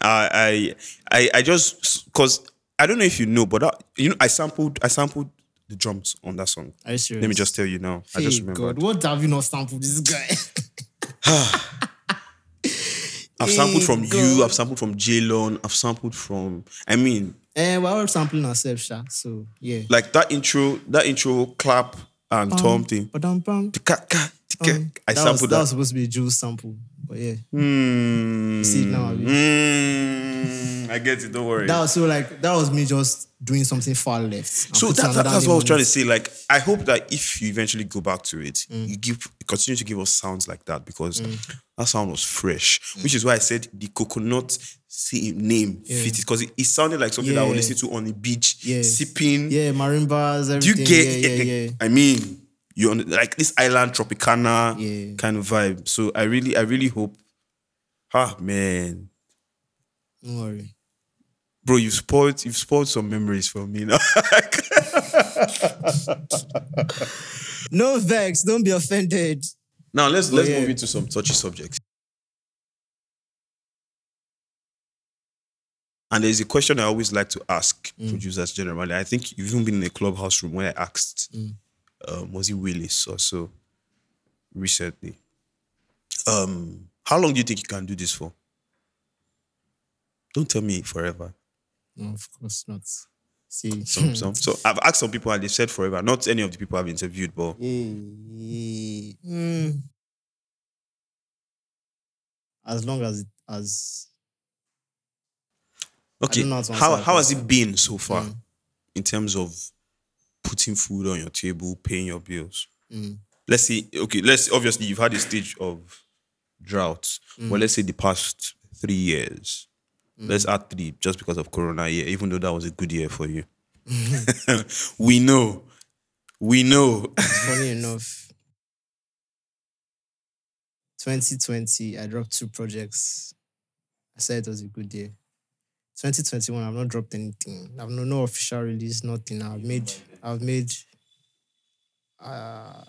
S2: I I I, I just because I don't know if you know, but that, you know, I sampled I sampled the drums on that song.
S3: Are you serious?
S2: Let me just tell you now. I
S3: Hey,
S2: just remembered.
S3: God, what have you not sampled this guy?
S2: I've sampled
S3: Hey,
S2: from
S3: God.
S2: you. I've sampled from Jalon. I've sampled from. I mean,
S3: eh, we're all sampling ourselves, Sha. So, yeah.
S2: like that intro. That intro clap and tom thing.
S3: But um, bam,
S2: Ka- ka-
S3: bam.
S2: tika. I
S3: that was,
S2: sampled
S3: that was
S2: that.
S3: supposed to be a Jules sample. But yeah.
S2: Hmm.
S3: See it now. abi?
S2: Mm, I get it. Don't worry.
S3: That was so like that was me just doing something far left. and
S2: so that,
S3: putting
S2: that-
S3: another
S2: that's what I was
S3: name
S2: trying
S3: on
S2: to
S3: it.
S2: say. Like, I hope that if you eventually go back to it,
S3: Mm.
S2: you give continue to give us sounds like that because that sound was fresh,
S3: Mm.
S2: which is why I said the coconut si- name fit it because it, it sounded like something that I would
S3: Yeah.
S2: listen to on the beach,
S3: Yeah.
S2: sipping.
S3: Yeah, marimbas,
S2: Do you
S3: everything.
S2: get?
S3: yeah, yeah, yeah.
S2: I mean, you on like this island tropicana
S3: Yeah.
S2: kind of vibe. So I really, I really hope. Ah man,
S3: Don't worry.
S2: bro, you've spoiled you've spoiled some memories for me now.
S3: No vex, don't be offended.
S2: now let's let's
S3: yeah.
S2: move into some touchy subjects. And there's a question I always like to ask
S3: Mm.
S2: producers generally. I think you've even been in a clubhouse room where I
S3: Mm.
S2: asked, um, was it Willis or so recently? um, how long do you think you can do this for? Don't tell me forever.
S3: No, of course not. See,
S2: Some, some. So I've asked some people and they've said forever. Not any of the people I've interviewed, but
S3: Eh, mm. as long as it, as
S2: okay.
S3: don't know how to answer
S2: How
S3: that
S2: how has it been so far
S3: Mm.
S2: in terms of putting food on your table, paying your bills?
S3: mm,
S2: Let's see. Okay, let's obviously you've had a stage of drought,
S3: Mm.
S2: but let's say the past three years. Let's add three just because of Corona year, even though that was a good year for you. we know, we know.
S3: funny enough, 2020 I dropped two projects. I said it was a good year. 2021 I've not dropped anything. I've no no official release, nothing. I've made I've made. Uh,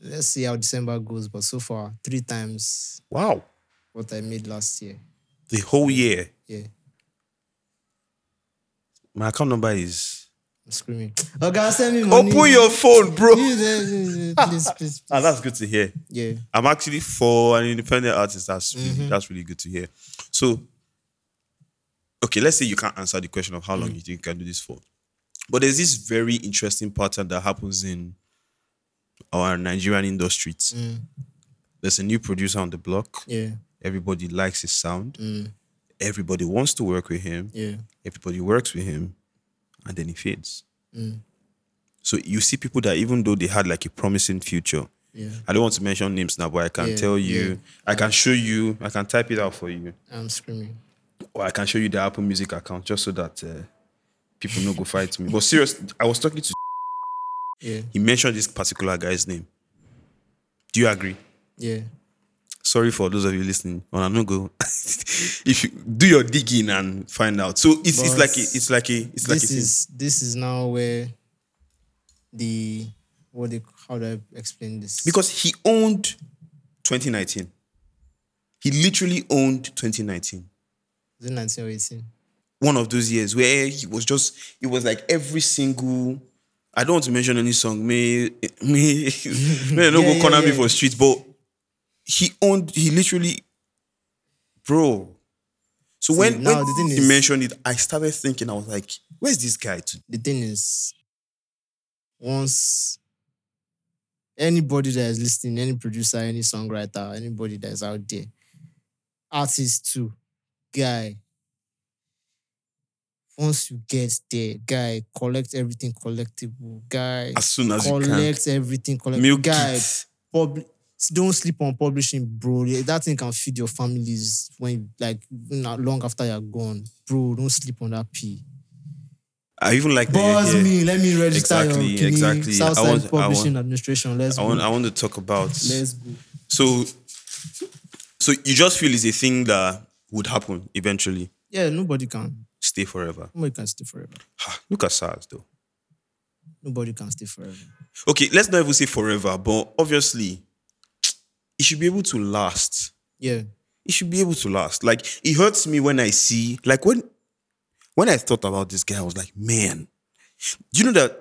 S3: let's see how December goes, but so far three times
S2: Wow,
S3: what I made last year.
S2: the whole year.
S3: Yeah.
S2: My account number is.
S3: I'm screaming. Oh God, send me money.
S2: Open your phone, bro.
S3: Please, eh, eh, please, please,
S2: Ah,
S3: please.
S2: that's good to hear.
S3: Yeah.
S2: I'm actually for an independent artist. That's really,
S3: Mm-hmm.
S2: that's really good to hear. So, okay, let's say you can't answer the question of how long you think you can do this for, but there's this very interesting pattern that happens in our Nigerian industry.
S3: Mm.
S2: There's a new producer on the block.
S3: Yeah.
S2: Everybody likes his sound.
S3: Mm.
S2: Everybody wants to work with him.
S3: Yeah.
S2: Everybody works with him, and then he fades.
S3: Mm.
S2: So you see people that even though they had like a promising future,
S3: Yeah.
S2: I don't want to mention names now, but I can
S3: Yeah,
S2: tell you,
S3: yeah.
S2: I can show you, I can type it out for you,
S3: I'm screaming.
S2: or I can show you the Apple Music account just so that uh, people no go fight me. But seriously, I was talking to.
S3: Yeah.
S2: He mentioned this particular guy's name. Do you agree?
S3: Yeah.
S2: Sorry for those of you listening. On no go, if you do your digging and find out. So it's it's
S3: But
S2: like a, it's like a it's like a
S3: this
S2: thing.
S3: is this is now where the what they how do I explain this?
S2: because he owned 2019. He literally owned 2019.
S3: is it 19 or 18?
S2: one of those years where he was just it was like every single I don't want to mention any song, me me may no
S3: Yeah,
S2: go
S3: yeah,
S2: corner me
S3: yeah.
S2: for street, but he owned he literally bro. So when,
S3: now
S2: when
S3: the thing
S2: he
S3: is-
S2: mentioned it, I started thinking, I was like, where's this guy to
S3: The thing is, once anybody that is listening, any producer, any songwriter, anybody that is out there, artist too, guy. Once you get there, guy, collect everything collectible, guy.
S2: as soon as you
S3: collect everything, collect
S2: can? Milk
S3: guy.
S2: it.
S3: Publi- don't sleep on publishing, bro. Yeah, That thing can feed your families when like not long after you're gone, bro. Don't sleep on that P.
S2: I even like the,
S3: Buzz
S2: yeah.
S3: me, let me register
S2: Exactly,
S3: your kidney.
S2: exactly. I
S3: Southside
S2: want- I
S3: Publishing
S2: want-
S3: Administration. Let's
S2: I
S3: go.
S2: want I want to talk about
S3: Let's go.
S2: so so you just feel it's a thing that would happen eventually.
S3: Yeah, nobody can.
S2: Stay forever.
S3: Nobody can stay forever.
S2: Ha, look at SARS though.
S3: Nobody can stay forever.
S2: okay, let's not even say forever, but obviously, it should be able to last.
S3: Yeah,
S2: It should be able to last. Like it hurts me when I see, like when when I thought about this guy, I was like, man, do you know that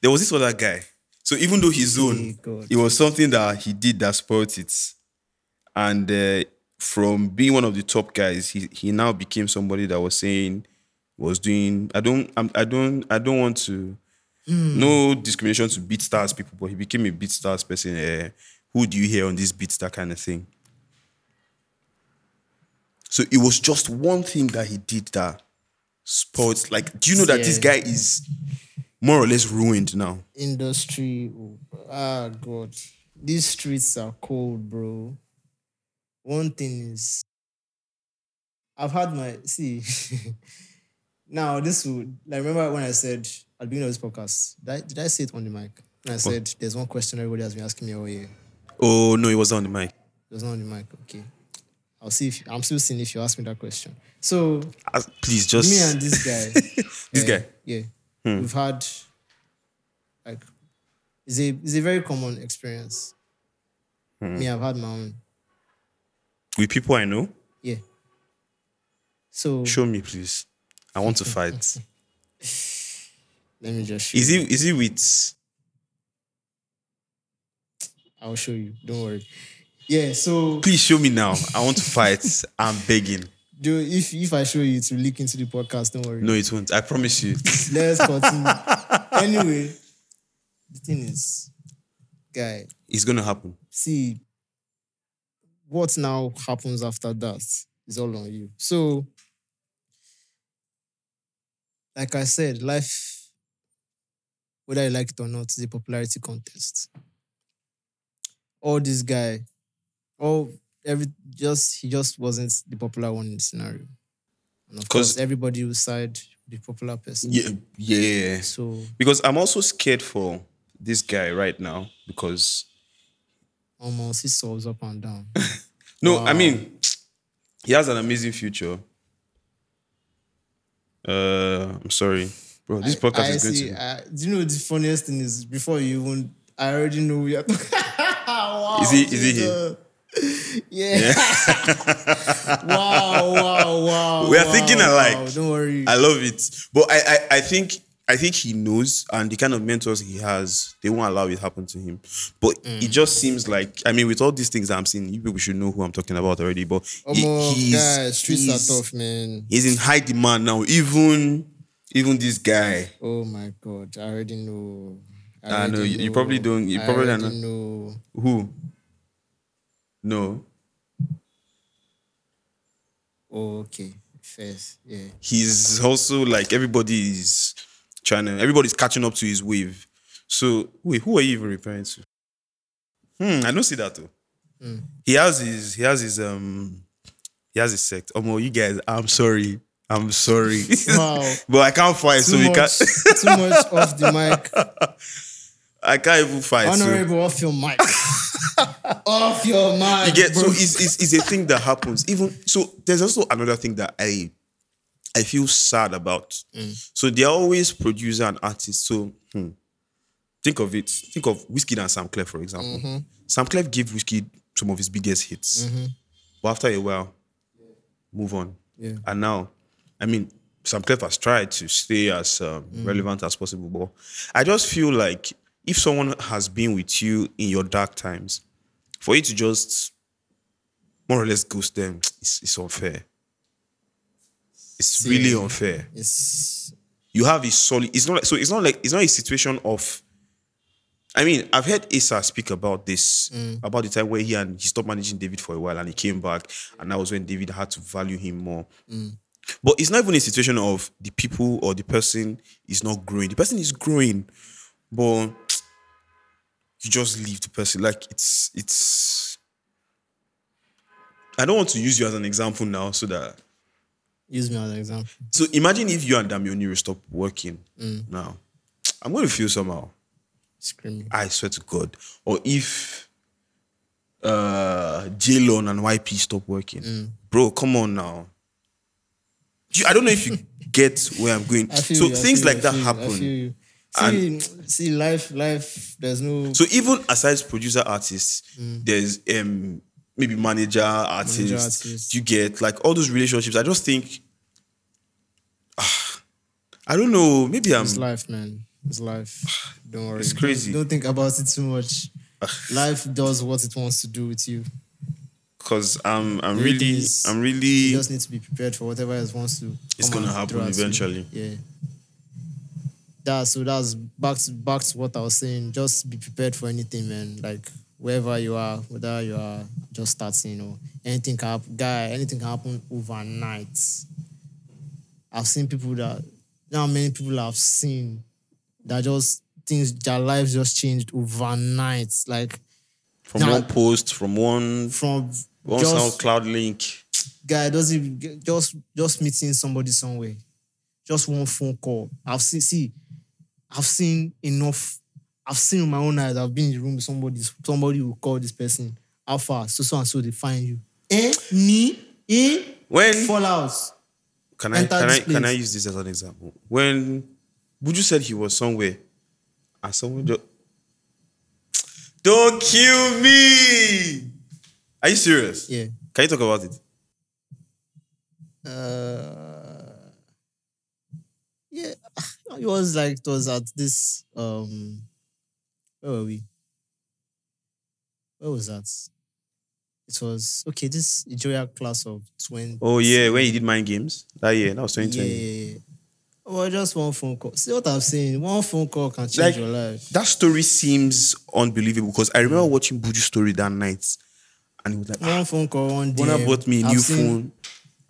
S2: there was this other guy. So even though his
S3: Hey,
S2: own,
S3: God.
S2: it was something that he did that spoilt it, and uh, from being one of the top guys, he he now became somebody that was saying was doing. I don't. I'm, I don't. I don't want to no discrimination to beat stars people, but he became a beat stars person. eh, who do you hear on this beat star kind of thing? So it was just one thing that he did that sports. Like, do you know that this
S3: Yeah.
S2: guy is more or less ruined now?
S3: industry. Ah, God, these streets are cold, bro. One thing is, I've had my see. now this would like remember when I said at the beginning of this podcast. Did I, did I say it on the mic? And I said there's one question everybody has been asking me all year.
S2: Oh no, he was on the mic.
S3: It was not on the mic. Okay, I'll see if I'm still seeing if you ask me that question. So
S2: Ah, please just
S3: me and this guy.
S2: this
S3: Yeah,
S2: guy. Hmm.
S3: Yeah. We've had like it's a it's a very common experience.
S2: Hmm.
S3: Me, I've had my own.
S2: With people I know,
S3: Yeah. So
S2: show me please. I want to fight.
S3: let me just show
S2: Is
S3: you.
S2: he? Is he with?
S3: I'll show you. Don't worry. Yeah, so
S2: Please show me now. I want to fight. I'm begging.
S3: do, if if I show you, it will leak into the podcast. Don't worry.
S2: No, it won't. I promise you.
S3: Let's continue. anyway, the thing is, guy,
S2: It's gonna happen.
S3: see what now happens after that is all on you. So, like I said, life, whether you like it or not, is a popularity contest. All this guy, all every just he just wasn't the popular one in the scenario. And of
S2: 'Cause-
S3: course, everybody will side the popular person.
S2: Yeah, yeah.
S3: So
S2: Because I'm also scared for this guy right now. Because
S3: almost he solves up and down.
S2: no, I
S3: Wow.
S2: mean, he has an amazing future. Uh, I'm sorry, bro. This podcast
S3: I
S2: is going
S3: see.
S2: to.
S3: I- do you know the funniest thing is before you even I already know we are talking. wow,
S2: Is he- is he
S3: Jesus. Yeah. wow, wow, wow.
S2: We are
S3: wow,
S2: thinking alike. Uh,
S3: Wow. Don't worry.
S2: I love it, but I, I, I think I think he knows, and the kind of mentors he has, they won't allow it happen to him. But
S3: Mm.
S2: it just seems like, I mean, with all these things I'm seeing, you people should know who I'm talking about already. But he-
S3: Omo,
S2: he's,
S3: guys, streets
S2: he's-
S3: are tough, man.
S2: he's in high demand now. Even even this guy,
S3: Oh my god, I already know.
S2: Ah, no,
S3: already
S2: you- you probably don't- you probably
S3: I
S2: don't
S3: already know.
S2: who, no,
S3: Oh, okay, first, yeah.
S2: he's also like everybody is trying to everybody's catching up to his wave. So wait, who are you even referring to? Hmm, I don't see that though.
S3: Hmm.
S2: He has his he has his um he has his sect. Oh you guys, I'm sorry. I'm sorry.
S3: Wow.
S2: but I can't fight, so
S3: too
S2: we
S3: much,
S2: can't
S3: too much off the mic.
S2: I can't even
S3: Oh,
S2: fight. so-
S3: Honorable, off your mic. off your mic.
S2: You get-
S3: bro.
S2: so it's, it's, it's a thing that happens even so there's also another thing that i i feel sad about so they're always producer and artist so hmm, think of it think of whiskey and sam clef for example sam clef gave whiskey some of his biggest hits but after a while move on
S3: Yeah.
S2: and now i mean sam clef has tried to stay as um, relevant as possible but i just feel like if someone has been with you in your dark times for you to just more or less ghost them, it's, it's unfair. It's really unfair.
S3: It's
S2: You have a solid. It's not like so. It's not like it's not a situation of. I mean, I've heard Asa speak about this about the time where he and he stopped managing David for a while and he came back, and that was when David had to value him more. But it's not even a situation of the people or the person is not growing. The person is growing, but you just leave the person. Like it's it's. I don't want to use you as an example now, so that
S3: use me as an example.
S2: so imagine if you and Damioni stop working now. I'm going to feel somehow.
S3: Screaming.
S2: I swear to God. Or if uh J-Lon and YP stop working. Bro, come on now. You- I don't know if you get where I'm going.
S3: I feel
S2: So
S3: you, I
S2: things
S3: feel
S2: like
S3: you,
S2: that
S3: I feel you, I
S2: happen.
S3: feel you. See, see, life, life. There's no
S2: So even aside producer artists, there's um maybe manager artists.
S3: artist.
S2: You get like all those relationships. I just think ah, I don't know. Maybe I'm
S3: it's life, man. It's life. Don't worry.
S2: It's crazy.
S3: Don't think about it too much. life does what it wants to do with you.
S2: because I'm I'm
S3: It
S2: really
S3: is.
S2: I'm
S3: You
S2: really
S3: just need to be prepared for whatever it wants to.
S2: It's
S3: come
S2: gonna
S3: and
S2: happen
S3: throw at you.
S2: eventually.
S3: Yeah. That so that's back to back to what I was saying. Just be prepared for anything, man. Like wherever you are, whether you are just starting or anything can happen, guy, anything can happen overnight. I've seen people that not many people I've seen that just things their lives just changed overnight. Like
S2: from
S3: Now-
S2: one post from one
S3: from
S2: one
S3: just
S2: SoundCloud link.
S3: guy does it just just meeting somebody somewhere just one phone call i've seen see i've seen enough i've seen with my own eyes i've been in the room with somebody somebody will call this person how far so so and so they find you eh me eh
S2: When
S3: fallouts
S2: can I
S3: enter
S2: can I
S3: this
S2: can I
S3: place.
S2: use this as an example? When Buju said he was somewhere, and someone just don't kill me. Are you serious?
S3: yeah
S2: Can you talk about it?
S3: uh, yeah, it was like it was at this um where were we? Where was that? It was okay. This Nigeria class of twenty.
S2: Oh yeah, when you did mind games that year, that was
S3: yeah,
S2: 2020.
S3: yeah, yeah. Well, just one phone call. See what I'm saying? One phone call can change
S2: Like-
S3: your life.
S2: That story seems unbelievable because I
S3: Mm.
S2: remember watching Buju's story that night, and it was like,
S3: One
S2: ah,
S3: phone call, one day.
S2: Bona bought me a new phone.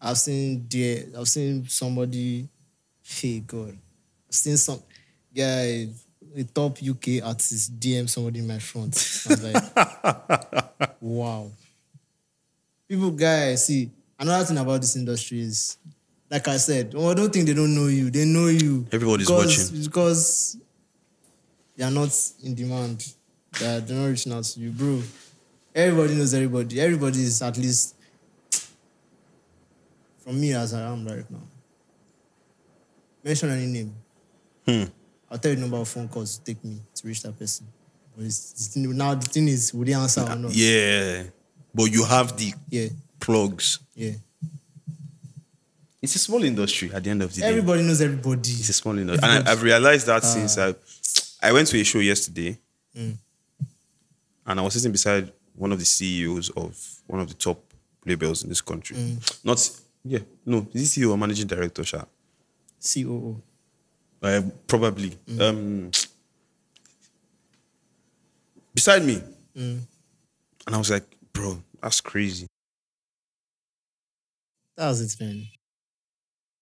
S3: I've seen there. I've seen somebody. Hey God, I've seen some guy, a top UK artist, DM somebody in my front. I was like, wow. People, guys, see another thing about this industry is, like I said, oh, I don't think they don't know you. They know you.
S2: Everybody's
S3: because,
S2: watching.
S3: because they are not in demand. They are they're not reaching out to you, bro. Everybody knows everybody. Everybody is at least from me as I am right now. Mention any name.
S2: Hmm.
S3: I'll tell you the number of phone calls it take me to reach that person. But it's, it's- now the thing is, would they answer or not?
S2: "Ah, yeah, but you have the
S3: yeah,
S2: plugs.
S3: yeah.
S2: It's a small industry at the end of the day.
S3: Everybody knows everybody.
S2: It's a small industry, and I, I've realized that since I, I went to a show yesterday, and I was sitting beside one of the CEOs of one of the top labels in this country. Not yeah, no, is he CEO or managing director, sha?
S3: COO.
S2: Uh, probably. Um, beside me. And I was like, bro, that's crazy.
S3: That's it, man.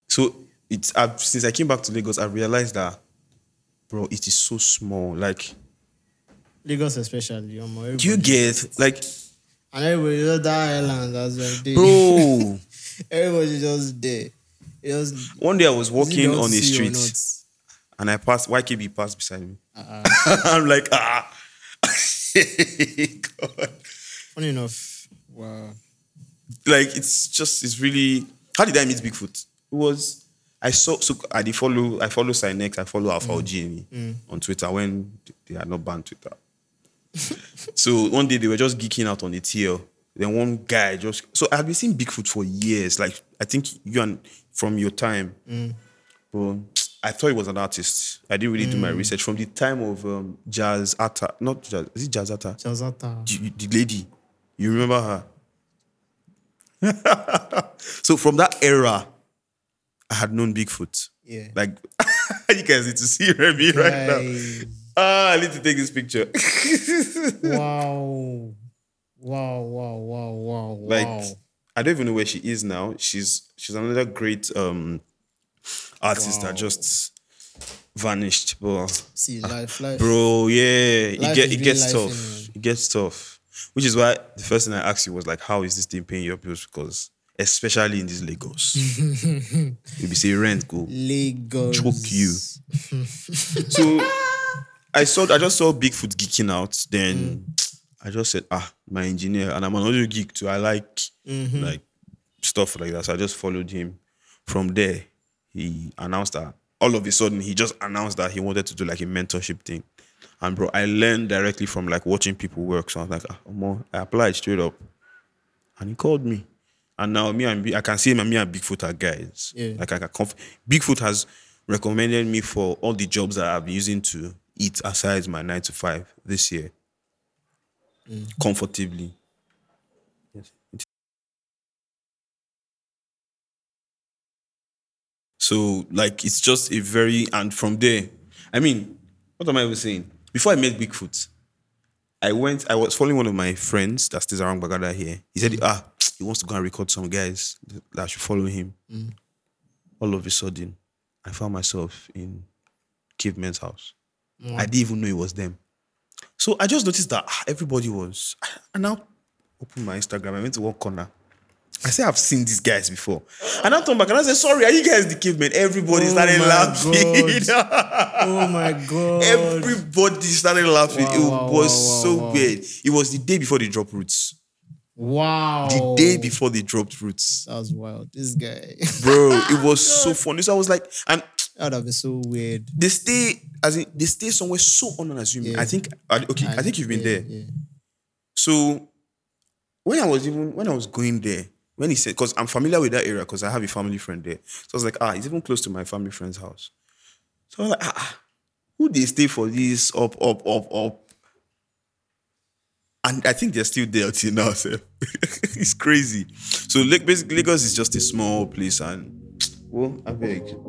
S2: So it's I've, since I came back to Lagos, I realized that, bro, it is so small. Like,
S3: Lagos especially. Um, everybody.
S2: do you get like,
S3: and everybody just that island as well. They-
S2: bro?
S3: everybody just there. It was
S2: one day I was
S3: is it
S2: walking
S3: don't
S2: on the
S3: see E
S2: street
S3: or not? Uh-uh.
S2: and I passed YKB passed beside me. I'm like, ah, God.
S3: Funny enough, wow.
S2: like it's just it's really how did I meet Bigfoot? It was I saw so I did follow I follow Cynex, I follow Alpha OGME on Twitter when they had not banned Twitter. so one day they were just geeking out on the TL. Then one guy just so I've been seeing Bigfoot for years. Like I think you and from your time. But I thought he was an artist. I didn't really do my research from the time of um, Jazz Atta, not Jazz, is it Jazz Atta?
S3: Chazata.
S2: you- the lady. You remember her? so from that era, I had known Bigfoot.
S3: Yeah.
S2: Like you guys need to see Remy right now.
S3: Guys.
S2: Ah, I need to take this picture.
S3: wow. Wow, wow, wow, wow,
S2: like
S3: wow.
S2: I don't even know where she is now. She's she's another great um artist that just vanished. But
S3: See, life, life.
S2: bro, yeah, it
S3: Life
S2: get
S3: is
S2: it
S3: really
S2: gets
S3: life,
S2: tough.
S3: innit?
S2: It gets tough. Which is why the first thing I asked you was like, how is this thing paying your bills? Because especially in this Lagos, you be say rent go.
S3: Lagos.
S2: Choke you. So I saw I just saw Bigfoot geeking out. Then
S3: Mm.
S2: I just said, ah, my engineer, and I'm an audio geek too. I like
S3: Mm-hmm.
S2: like stuff like that. So I just followed him. From there, he announced that all of a sudden he just announced that he wanted to do like a mentorship thing. And bro, I learned directly from like watching people work. So I was like, ah, omo, I applied straight up. And he called me. And now me and Big- I can see him and me and Bigfoot are guys.
S3: Yeah.
S2: Like I can conf- Bigfoot has recommended me for all the jobs that I've been using to eat aside my nine to five this year. Comfortably. So like it's just a very and from there, I mean, what am I even saying? Before I met Bigfoot, I went, I was following one of my friends that stays around Bagada here. He said, ah, he wants to go and record some guys that should follow him.
S3: Mm.
S2: All of a sudden, I found myself in Caveman's house. I didn't even know it was them. So I just noticed that ah, everybody was. I now opened my Instagram. I went to one corner. I said I've seen these guys before, and I turned back and I said, "Sorry, are you guys the cavemen?" Everybody
S3: Oh
S2: started
S3: my
S2: laughing.
S3: Oh my God.
S2: Everybody started laughing.
S3: Wow,
S2: it
S3: wow,
S2: was
S3: wow,
S2: so
S3: wow.
S2: weird. It was the day before they dropped roots.
S3: wow.
S2: The day before they dropped roots,
S3: That was wild. This guy.
S2: bro. It was so funny. So I was like, and
S3: that would have been so weird.
S2: they stay as in, they stay somewhere so unassuming.
S3: Yeah.
S2: I think. I- Okay, I,
S3: And-
S2: think you've been
S3: yeah,
S2: there.
S3: Yeah.
S2: So when I was even when I was going there, when he said, because I'm familiar with that area, because I have a family friend there. So I was like, ah, it's even close to my family friend's house. So I was like, ah, ah, who they stay for this up, up, up, up? and I think they're still there till now. So it's crazy. So like, basically, Lagos is just a small place, and well, I beg.